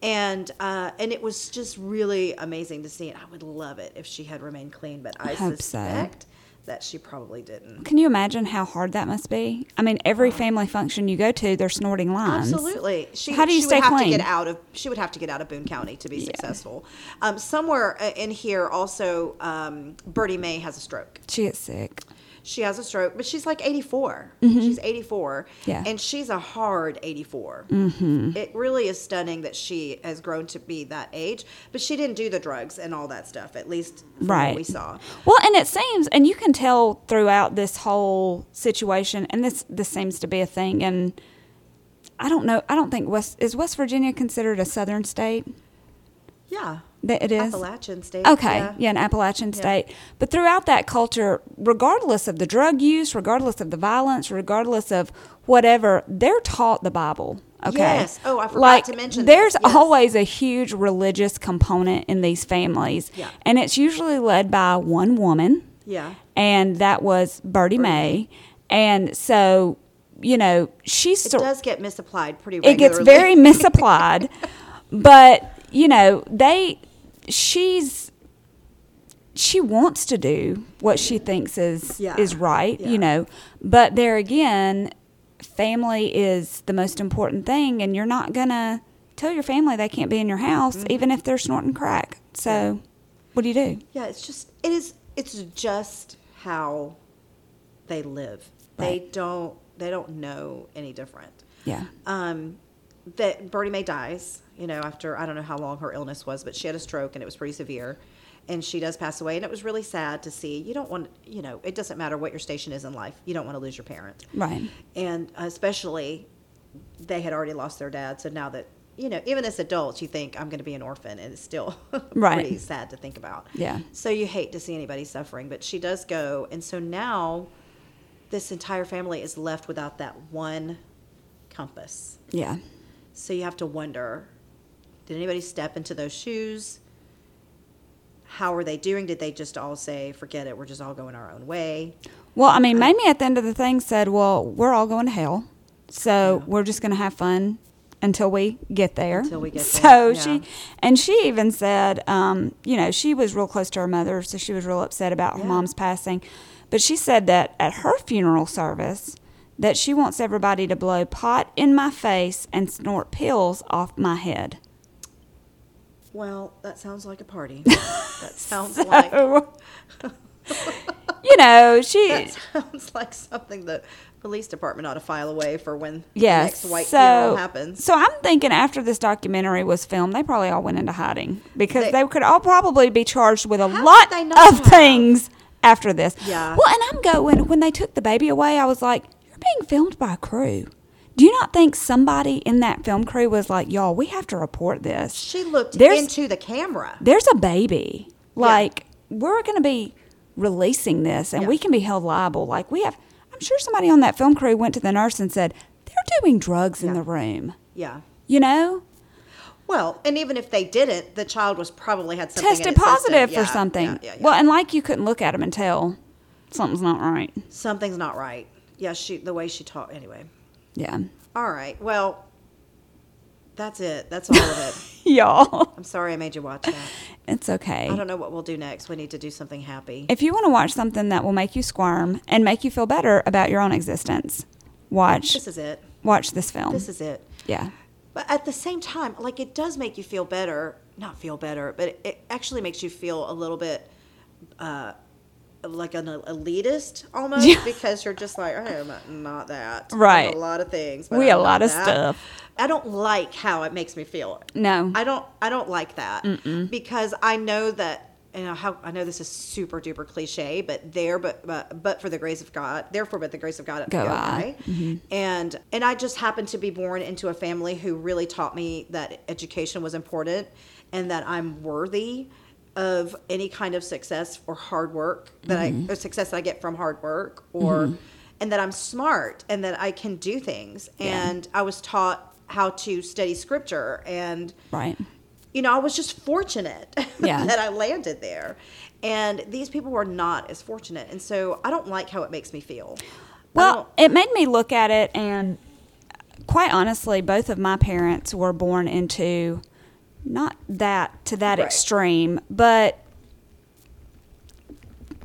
Speaker 1: and uh, and it was just really amazing to see. And I would love it if she had remained clean, but I,
Speaker 2: hope so.
Speaker 1: suspect that she probably didn't.
Speaker 2: Can you imagine how hard that must be? I mean, every family function you go to, they're snorting lines.
Speaker 1: Absolutely. She,
Speaker 2: How do you
Speaker 1: she
Speaker 2: stay
Speaker 1: would have to
Speaker 2: clean?
Speaker 1: get out of she would have to get out of Boone County to be successful. Um, somewhere uh, in here also um, Bertie May has a stroke.
Speaker 2: She gets sick.
Speaker 1: She has a stroke, but she's like 84. She's 84.
Speaker 2: Mm-hmm. Yeah. Mm-hmm.
Speaker 1: And she's a hard 84. It really is stunning that she has grown to be that age, but she didn't do the drugs and all that stuff, at least from
Speaker 2: Right.
Speaker 1: what we saw.
Speaker 2: Well, and it seems, and you can tell throughout this whole situation, and this this seems to be a thing. And I don't know. I don't think West is West Virginia considered a southern state.
Speaker 1: Yeah.
Speaker 2: That it is
Speaker 1: Appalachian state.
Speaker 2: Okay, yeah,
Speaker 1: Yeah.
Speaker 2: an Appalachian state. But throughout that culture, regardless of the drug use, regardless of the violence, regardless of whatever, they're taught the Bible. Okay.
Speaker 1: Yes. Oh, I forgot
Speaker 2: Like,
Speaker 1: to mention this.
Speaker 2: There's
Speaker 1: Yes.
Speaker 2: always a huge religious component in these families,
Speaker 1: Yeah.
Speaker 2: and it's usually led by one woman.
Speaker 1: Yeah.
Speaker 2: And that was Birdie May, and so you know she's
Speaker 1: It does get misapplied pretty
Speaker 2: it
Speaker 1: regularly.
Speaker 2: gets
Speaker 1: [LAUGHS]
Speaker 2: very misapplied but you know they she's she wants to do what she thinks is
Speaker 1: Yeah.
Speaker 2: is right
Speaker 1: Yeah.
Speaker 2: you know but there again family is the most important thing and you're not gonna tell your family they can't be in your house
Speaker 1: Mm-hmm.
Speaker 2: even if they're snorting crack so what do you do
Speaker 1: Yeah, it's just it is it's just how they live. They
Speaker 2: Right.
Speaker 1: don't they don't know any different.
Speaker 2: yeah
Speaker 1: Um that Bertie Mae dies, you know, after I don't know how long her illness was, but she had a stroke and it was pretty severe. And she does pass away and it was really sad to see. You don't want you know, it doesn't matter what your station is in life. You don't want to lose your parent.
Speaker 2: right
Speaker 1: And especially they had already lost their dad, so now that you know, even as adults, you think I'm going to be an orphan, and it's still [LAUGHS]
Speaker 2: Right.
Speaker 1: pretty sad to think about.
Speaker 2: Yeah.
Speaker 1: So you hate to see anybody suffering, but she does go. And so now this entire family is left without that one compass.
Speaker 2: yeah
Speaker 1: So you have to wonder did anybody step into those shoes? How are they doing? Did they just all say, forget it, we're just all going our own way?
Speaker 2: Well, I mean, Mamie at the end of the thing said, "Well, we're all going to hell, so we're just going to have fun until we get there."
Speaker 1: Until we get
Speaker 2: so
Speaker 1: there, yeah.
Speaker 2: she, and she even said, um, you know, she was real close to her mother, so she was real upset about her
Speaker 1: Yeah.
Speaker 2: mom's passing. But she said that at her funeral service, that she wants everybody to blow pot in my face and snort pills off my head.
Speaker 1: Well, that sounds like a
Speaker 2: [LAUGHS]
Speaker 1: party. that sounds like. [LAUGHS]
Speaker 2: you know, she.
Speaker 1: That sounds like something the police department ought to file away for when
Speaker 2: Yes.
Speaker 1: the next white
Speaker 2: so,
Speaker 1: funeral happens.
Speaker 2: So I'm thinking after this documentary was filmed, they probably all went into hiding because
Speaker 1: They-
Speaker 2: they, could all probably be charged with a
Speaker 1: How
Speaker 2: lot
Speaker 1: could they not
Speaker 2: of
Speaker 1: have?
Speaker 2: things after this.
Speaker 1: Yeah.
Speaker 2: Well, and I'm going when they took the baby away, I was like, "You're being filmed by a crew." Do you not think somebody in that film crew was like, "Y'all, we have to report this."
Speaker 1: She looked
Speaker 2: There's-
Speaker 1: into the camera.
Speaker 2: there's a baby. Like we're going to be releasing this, and
Speaker 1: Yeah.
Speaker 2: we can be held liable. Like we have, I'm sure somebody on that film crew went to the nurse and said they're doing drugs in
Speaker 1: Yeah.
Speaker 2: the room.
Speaker 1: Yeah.
Speaker 2: You know,
Speaker 1: Well, and even if they didn't, the child was probably had something in
Speaker 2: tested
Speaker 1: its system.
Speaker 2: positive
Speaker 1: Yeah,
Speaker 2: for something.
Speaker 1: Yeah, yeah, yeah.
Speaker 2: Well, and like you couldn't look at them and tell something's not right.
Speaker 1: something's not right. Yeah, she the way she taught anyway.
Speaker 2: Yeah,
Speaker 1: All right. Well, that's it. That's all of
Speaker 2: [LAUGHS]
Speaker 1: it.
Speaker 2: [LAUGHS] y'all,
Speaker 1: I'm sorry I made you watch that.
Speaker 2: it's okay.
Speaker 1: I don't know what we'll do next. We need to do something happy.
Speaker 2: If you want to watch something that will make you squirm and make you feel better about your own existence, watch
Speaker 1: This is it.
Speaker 2: watch this film.
Speaker 1: This is it.
Speaker 2: yeah.
Speaker 1: But at the same time, like it does make you feel better, not feel better, but it, it actually makes you feel a little bit uh, like an elitist almost
Speaker 2: Yeah.
Speaker 1: because you're just like, I am not that. I'm
Speaker 2: Right.
Speaker 1: a lot of things. but
Speaker 2: We a
Speaker 1: I'm not
Speaker 2: lot of
Speaker 1: that."
Speaker 2: stuff.
Speaker 1: I don't like how it makes me feel.
Speaker 2: No.
Speaker 1: I don't I don't like that because I know that you know how I know this is super duper cliche, but there but but, but for the grace of God, therefore but the grace of God
Speaker 2: Go
Speaker 1: go
Speaker 2: I.
Speaker 1: I.
Speaker 2: Mm-hmm.
Speaker 1: And and I just happened to be born into a family who really taught me that education was important and that I'm worthy of any kind of success or hard work that
Speaker 2: Mm-hmm.
Speaker 1: I or success that I get from hard work or and that I'm smart and that I can do things. And I was taught how to study scripture and
Speaker 2: right.
Speaker 1: you know, I was just fortunate [LAUGHS]
Speaker 2: Yeah.
Speaker 1: that I landed there. And these people were not as fortunate. And so I don't like how it makes me feel. I
Speaker 2: Well,
Speaker 1: don't-
Speaker 2: it made me look at it, and quite honestly, both of my parents were born into not that to that
Speaker 1: Right.
Speaker 2: extreme, but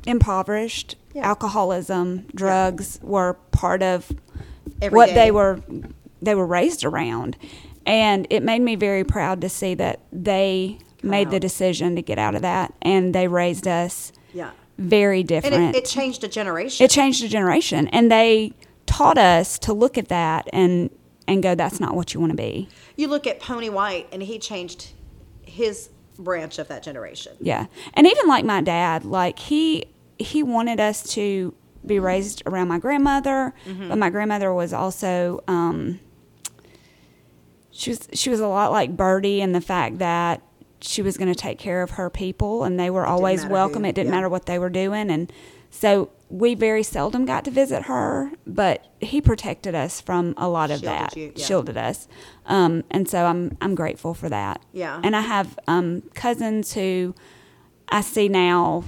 Speaker 2: impoverished,
Speaker 1: Yeah.
Speaker 2: alcoholism, drugs were part of
Speaker 1: Every
Speaker 2: what
Speaker 1: day.
Speaker 2: they were they were raised around. And it made me very proud to see that they made the
Speaker 1: out.
Speaker 2: decision to get out of that and they raised us
Speaker 1: Yeah.
Speaker 2: very different.
Speaker 1: And it, it changed a generation.
Speaker 2: It changed a generation and they taught us to look at that and and go that's not what you want to be.
Speaker 1: you look at Pony White, and he changed his branch of that generation.
Speaker 2: Yeah. And even like my dad, like he he wanted us to be raised around my grandmother,
Speaker 1: Mm-hmm.
Speaker 2: but my grandmother was also um she was she was a lot like Birdie in the fact that she was going to take care of her people and they were always
Speaker 1: matter who,
Speaker 2: welcome. it didn't
Speaker 1: yeah.
Speaker 2: matter what they were doing and so we very seldom got to visit her, but he protected us from a lot of
Speaker 1: Shielded
Speaker 2: that.
Speaker 1: you, yeah.
Speaker 2: Shielded us. Um, and so I'm I'm grateful for that.
Speaker 1: Yeah.
Speaker 2: And I have um, cousins who I see now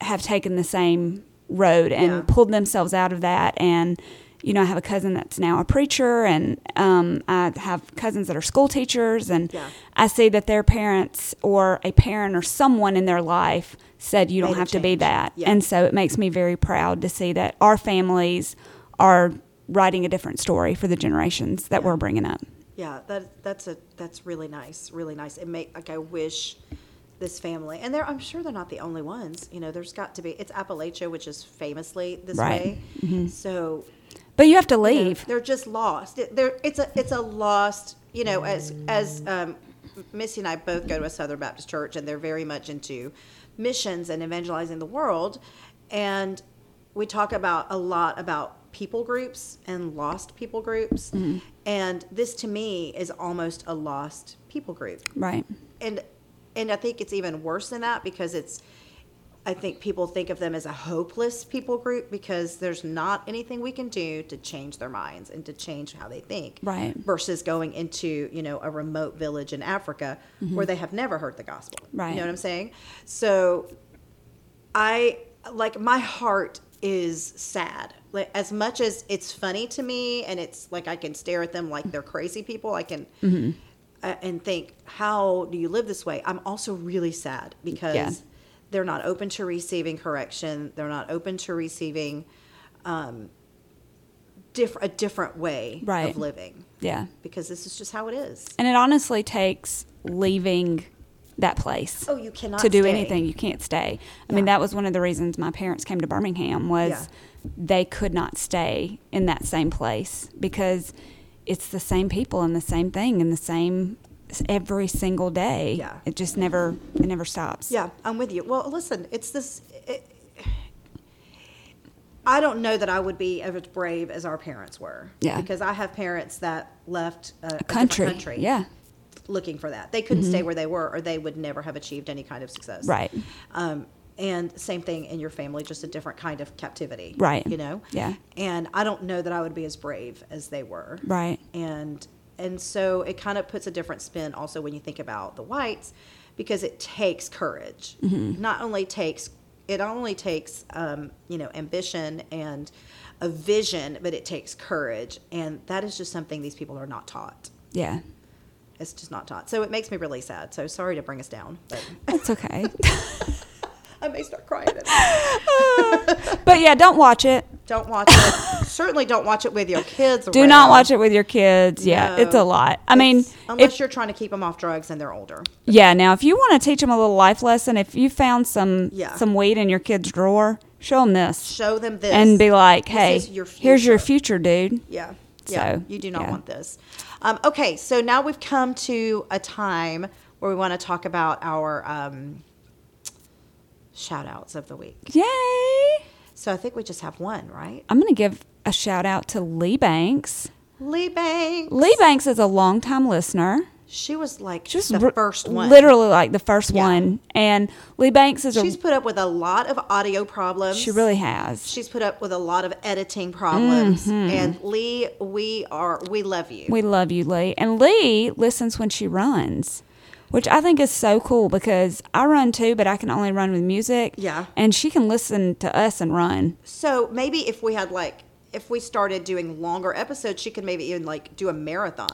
Speaker 2: have taken the same road and
Speaker 1: Yeah.
Speaker 2: pulled themselves out of that. And, you know, I have a cousin that's now a preacher, and um, I have cousins that are school teachers. And
Speaker 1: Yeah.
Speaker 2: I see that their parents or a parent or someone in their life said, You
Speaker 1: Made
Speaker 2: don't
Speaker 1: a
Speaker 2: have to be
Speaker 1: change.
Speaker 2: that.
Speaker 1: Yeah.
Speaker 2: And so it makes me very proud to see that our families are writing a different story for the generations that we're bringing up.
Speaker 1: Yeah, that that's a that's really nice, really nice. It make like I wish this family, and they're I'm sure they're not the only ones. You know, there's got to be. It's Appalachia, which is famously this
Speaker 2: Right. Mm-hmm.
Speaker 1: way. So
Speaker 2: But you have to
Speaker 1: you know,
Speaker 2: leave.
Speaker 1: they're just lost. It- They're, it's a it's a lost. You know, as as um, Missy and I both go to a Southern Baptist church, and they're very much into missions and evangelizing the world. And we talk about a lot about people groups and lost people groups. And this to me is almost a lost people group
Speaker 2: Right.
Speaker 1: and and I think it's even worse than that because it's I think people think of them as a hopeless people group because there's not anything we can do to change their minds and to change how they think.
Speaker 2: Right.
Speaker 1: Versus going into, you know, a remote village in Africa where they have never heard the gospel.
Speaker 2: Mm-hmm. Right.
Speaker 1: You know what I'm saying? So I like my heart is sad. Like as much as it's funny to me, and it's like I can stare at them like they're crazy people. I can
Speaker 2: Mm-hmm.
Speaker 1: uh, and think, how do you live this way? I'm also really sad because
Speaker 2: Yeah.
Speaker 1: they're not open to receiving correction. They're not open to receiving um, diff- a different way
Speaker 2: Right.
Speaker 1: of living
Speaker 2: Yeah.
Speaker 1: because this is just how it is.
Speaker 2: And it honestly takes leaving that place.
Speaker 1: Oh, you cannot
Speaker 2: to do
Speaker 1: stay.
Speaker 2: anything. You can't stay. I mean, that was one of the reasons my parents came to Birmingham was
Speaker 1: Yeah.
Speaker 2: they could not stay in that same place because it's the same people and the same thing and the same every single day.
Speaker 1: Yeah.
Speaker 2: It just never it never stops.
Speaker 1: Yeah, I'm with you. Well, listen, it's this. It, I don't know that I would be as brave as our parents were.
Speaker 2: Yeah.
Speaker 1: Because I have parents that left a, a different
Speaker 2: Country.
Speaker 1: country
Speaker 2: Yeah. Mm-hmm.
Speaker 1: looking for that. They couldn't stay where they were, or they would never have achieved any kind of success.
Speaker 2: Right.
Speaker 1: Um, and same thing in your family, just a different kind of captivity.
Speaker 2: Right.
Speaker 1: You know.
Speaker 2: Yeah.
Speaker 1: And I don't know that I would be as brave as they were.
Speaker 2: Right.
Speaker 1: And and so it kind of puts a different spin also when you think about the whites, because it takes courage.
Speaker 2: Mm-hmm.
Speaker 1: Not only takes it not only takes um, you know ambition and a vision, but it takes courage, and that is just something these people are not taught [LAUGHS]
Speaker 2: Yeah.
Speaker 1: it's just not taught. So it makes me really sad. So sorry to bring us down, but
Speaker 2: That's okay.
Speaker 1: [LAUGHS]
Speaker 2: [LAUGHS]
Speaker 1: I may start crying. at it.
Speaker 2: but yeah, don't watch it.
Speaker 1: [LAUGHS] Don't watch it. Certainly don't watch it with your kids.
Speaker 2: Do not watch it with your kids. Yeah, it's
Speaker 1: No.
Speaker 2: a lot. I mean,
Speaker 1: unless you're trying to keep them off drugs and they're older.
Speaker 2: Yeah. Now, if you want to teach them a little life lesson, if you found some
Speaker 1: Yeah.
Speaker 2: some weed in your kid's drawer, show them this,
Speaker 1: Show them this
Speaker 2: and be like,
Speaker 1: This
Speaker 2: "Hey,
Speaker 1: is your
Speaker 2: here's your future, dude."
Speaker 1: Yeah. Yeah.
Speaker 2: So,
Speaker 1: you do not
Speaker 2: yeah.
Speaker 1: want this. Um, okay. So now we've come to a time where we want to talk about our um, shout outs of the week.
Speaker 2: Yay!
Speaker 1: So I think we just have one, right?
Speaker 2: I'm gonna give a shout out to Lee Banks.
Speaker 1: Lee Banks.
Speaker 2: Lee Banks is a longtime listener.
Speaker 1: She was like
Speaker 2: Just
Speaker 1: the
Speaker 2: re-
Speaker 1: first one.
Speaker 2: literally like the first
Speaker 1: Yeah.
Speaker 2: one. And Lee Banks is
Speaker 1: She's
Speaker 2: a
Speaker 1: put up with a lot of audio problems.
Speaker 2: she really has.
Speaker 1: She's put up with a lot of editing problems. And Lee, we are we love you.
Speaker 2: Mm-hmm. We love you, Lee. And Lee listens when she runs, which I think is so cool because I run too, but I can only run with music.
Speaker 1: Yeah.
Speaker 2: And she can listen to us and run.
Speaker 1: so maybe if we had like if we started doing longer episodes, she could maybe even like do a marathon.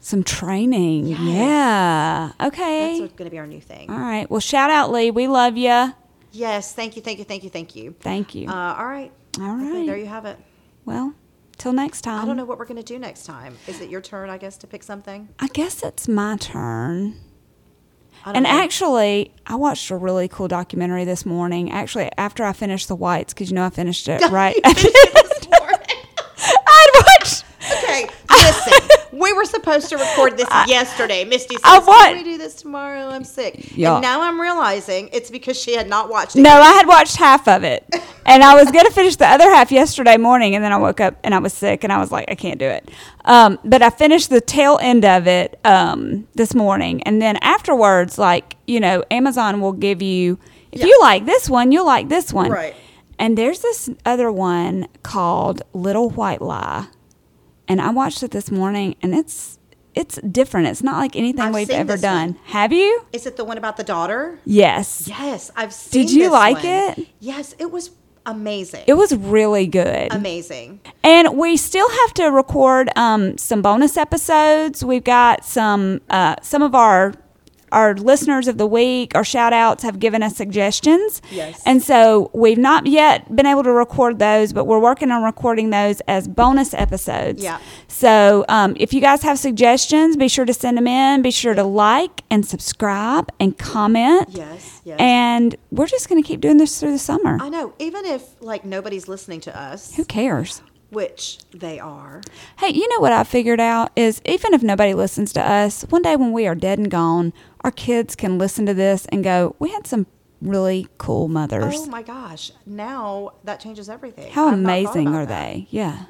Speaker 2: Some training. Yeah. Okay.
Speaker 1: That's going to be our new thing.
Speaker 2: All right. Well, shout out, Lee. We love you.
Speaker 1: Yes, thank you, thank you, thank you, thank you.
Speaker 2: Thank you.
Speaker 1: Uh, all right.
Speaker 2: All
Speaker 1: Okay,
Speaker 2: right. Um,
Speaker 1: there you have it.
Speaker 2: well, till next time.
Speaker 1: I don't know what we're going to do next time. Is it your turn, I guess, to pick something?
Speaker 2: I guess it's my turn.
Speaker 1: I don't
Speaker 2: And
Speaker 1: know.
Speaker 2: actually, I watched a really cool documentary this morning. Actually, after I finished The Whites, because you know I
Speaker 1: [LAUGHS]
Speaker 2: finished it, right? [LAUGHS] I'd watched.
Speaker 1: [LAUGHS] okay, listen. we were supposed to record
Speaker 2: [LAUGHS]
Speaker 1: this yesterday. Misty says,
Speaker 2: I
Speaker 1: "Can
Speaker 2: want-
Speaker 1: we do this tomorrow? I'm sick."
Speaker 2: Yeah.
Speaker 1: And now I'm realizing it's because she had not watched it.
Speaker 2: No, I had watched half of it. And I was going to finish the other half yesterday morning. And then I woke up and I was sick and I was like, I can't do it. Um, but I finished the tail end of it um, this morning. And then afterwards, like, you know, Amazon will give you, if
Speaker 1: Yeah.
Speaker 2: you like this one, you'll like this one.
Speaker 1: Right.
Speaker 2: And there's this other one called Little White Lie. And I watched it this morning and it's, it's different. It's not like anything
Speaker 1: I've
Speaker 2: we've
Speaker 1: seen
Speaker 2: ever
Speaker 1: this one.
Speaker 2: done. Have you?
Speaker 1: Is it the one about the daughter?
Speaker 2: Yes.
Speaker 1: Yes, I've seen.
Speaker 2: Did you
Speaker 1: this
Speaker 2: like
Speaker 1: one.
Speaker 2: it?
Speaker 1: Yes, it was amazing.
Speaker 2: It was really good.
Speaker 1: amazing.
Speaker 2: And we still have to record um, some bonus episodes. We've got some uh, some of our our listeners of the week, our shout outs have given us suggestions.
Speaker 1: Yes.
Speaker 2: And so we've not yet been able to record those, but we're working on recording those as bonus episodes.
Speaker 1: Yeah.
Speaker 2: So um, if you guys have suggestions, be sure to send them in. Be sure to like and subscribe and comment.
Speaker 1: Yes, yes.
Speaker 2: And we're just going to keep doing this through the summer.
Speaker 1: I know. Even if like nobody's listening to us,
Speaker 2: Who cares?
Speaker 1: which they are.
Speaker 2: Hey, you know what I figured out is even if nobody listens to us, one day when we are dead and gone, our kids can listen to this and go, "We had some really cool mothers.
Speaker 1: Oh my gosh! Now that changes everything.
Speaker 2: How
Speaker 1: I've not thought
Speaker 2: amazing
Speaker 1: about
Speaker 2: are
Speaker 1: that.
Speaker 2: they?" Yeah.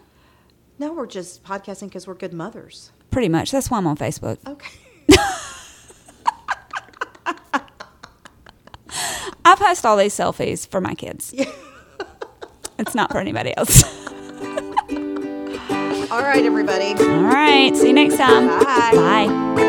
Speaker 1: Now we're just podcasting because we're good mothers.
Speaker 2: Pretty much. That's why I'm on Facebook.
Speaker 1: Okay. [LAUGHS]
Speaker 2: I post all these selfies for my
Speaker 1: [LAUGHS]
Speaker 2: kids. it's not for anybody else. [LAUGHS]
Speaker 1: All right, everybody.
Speaker 2: all right. See you next time.
Speaker 1: Bye.
Speaker 2: Bye.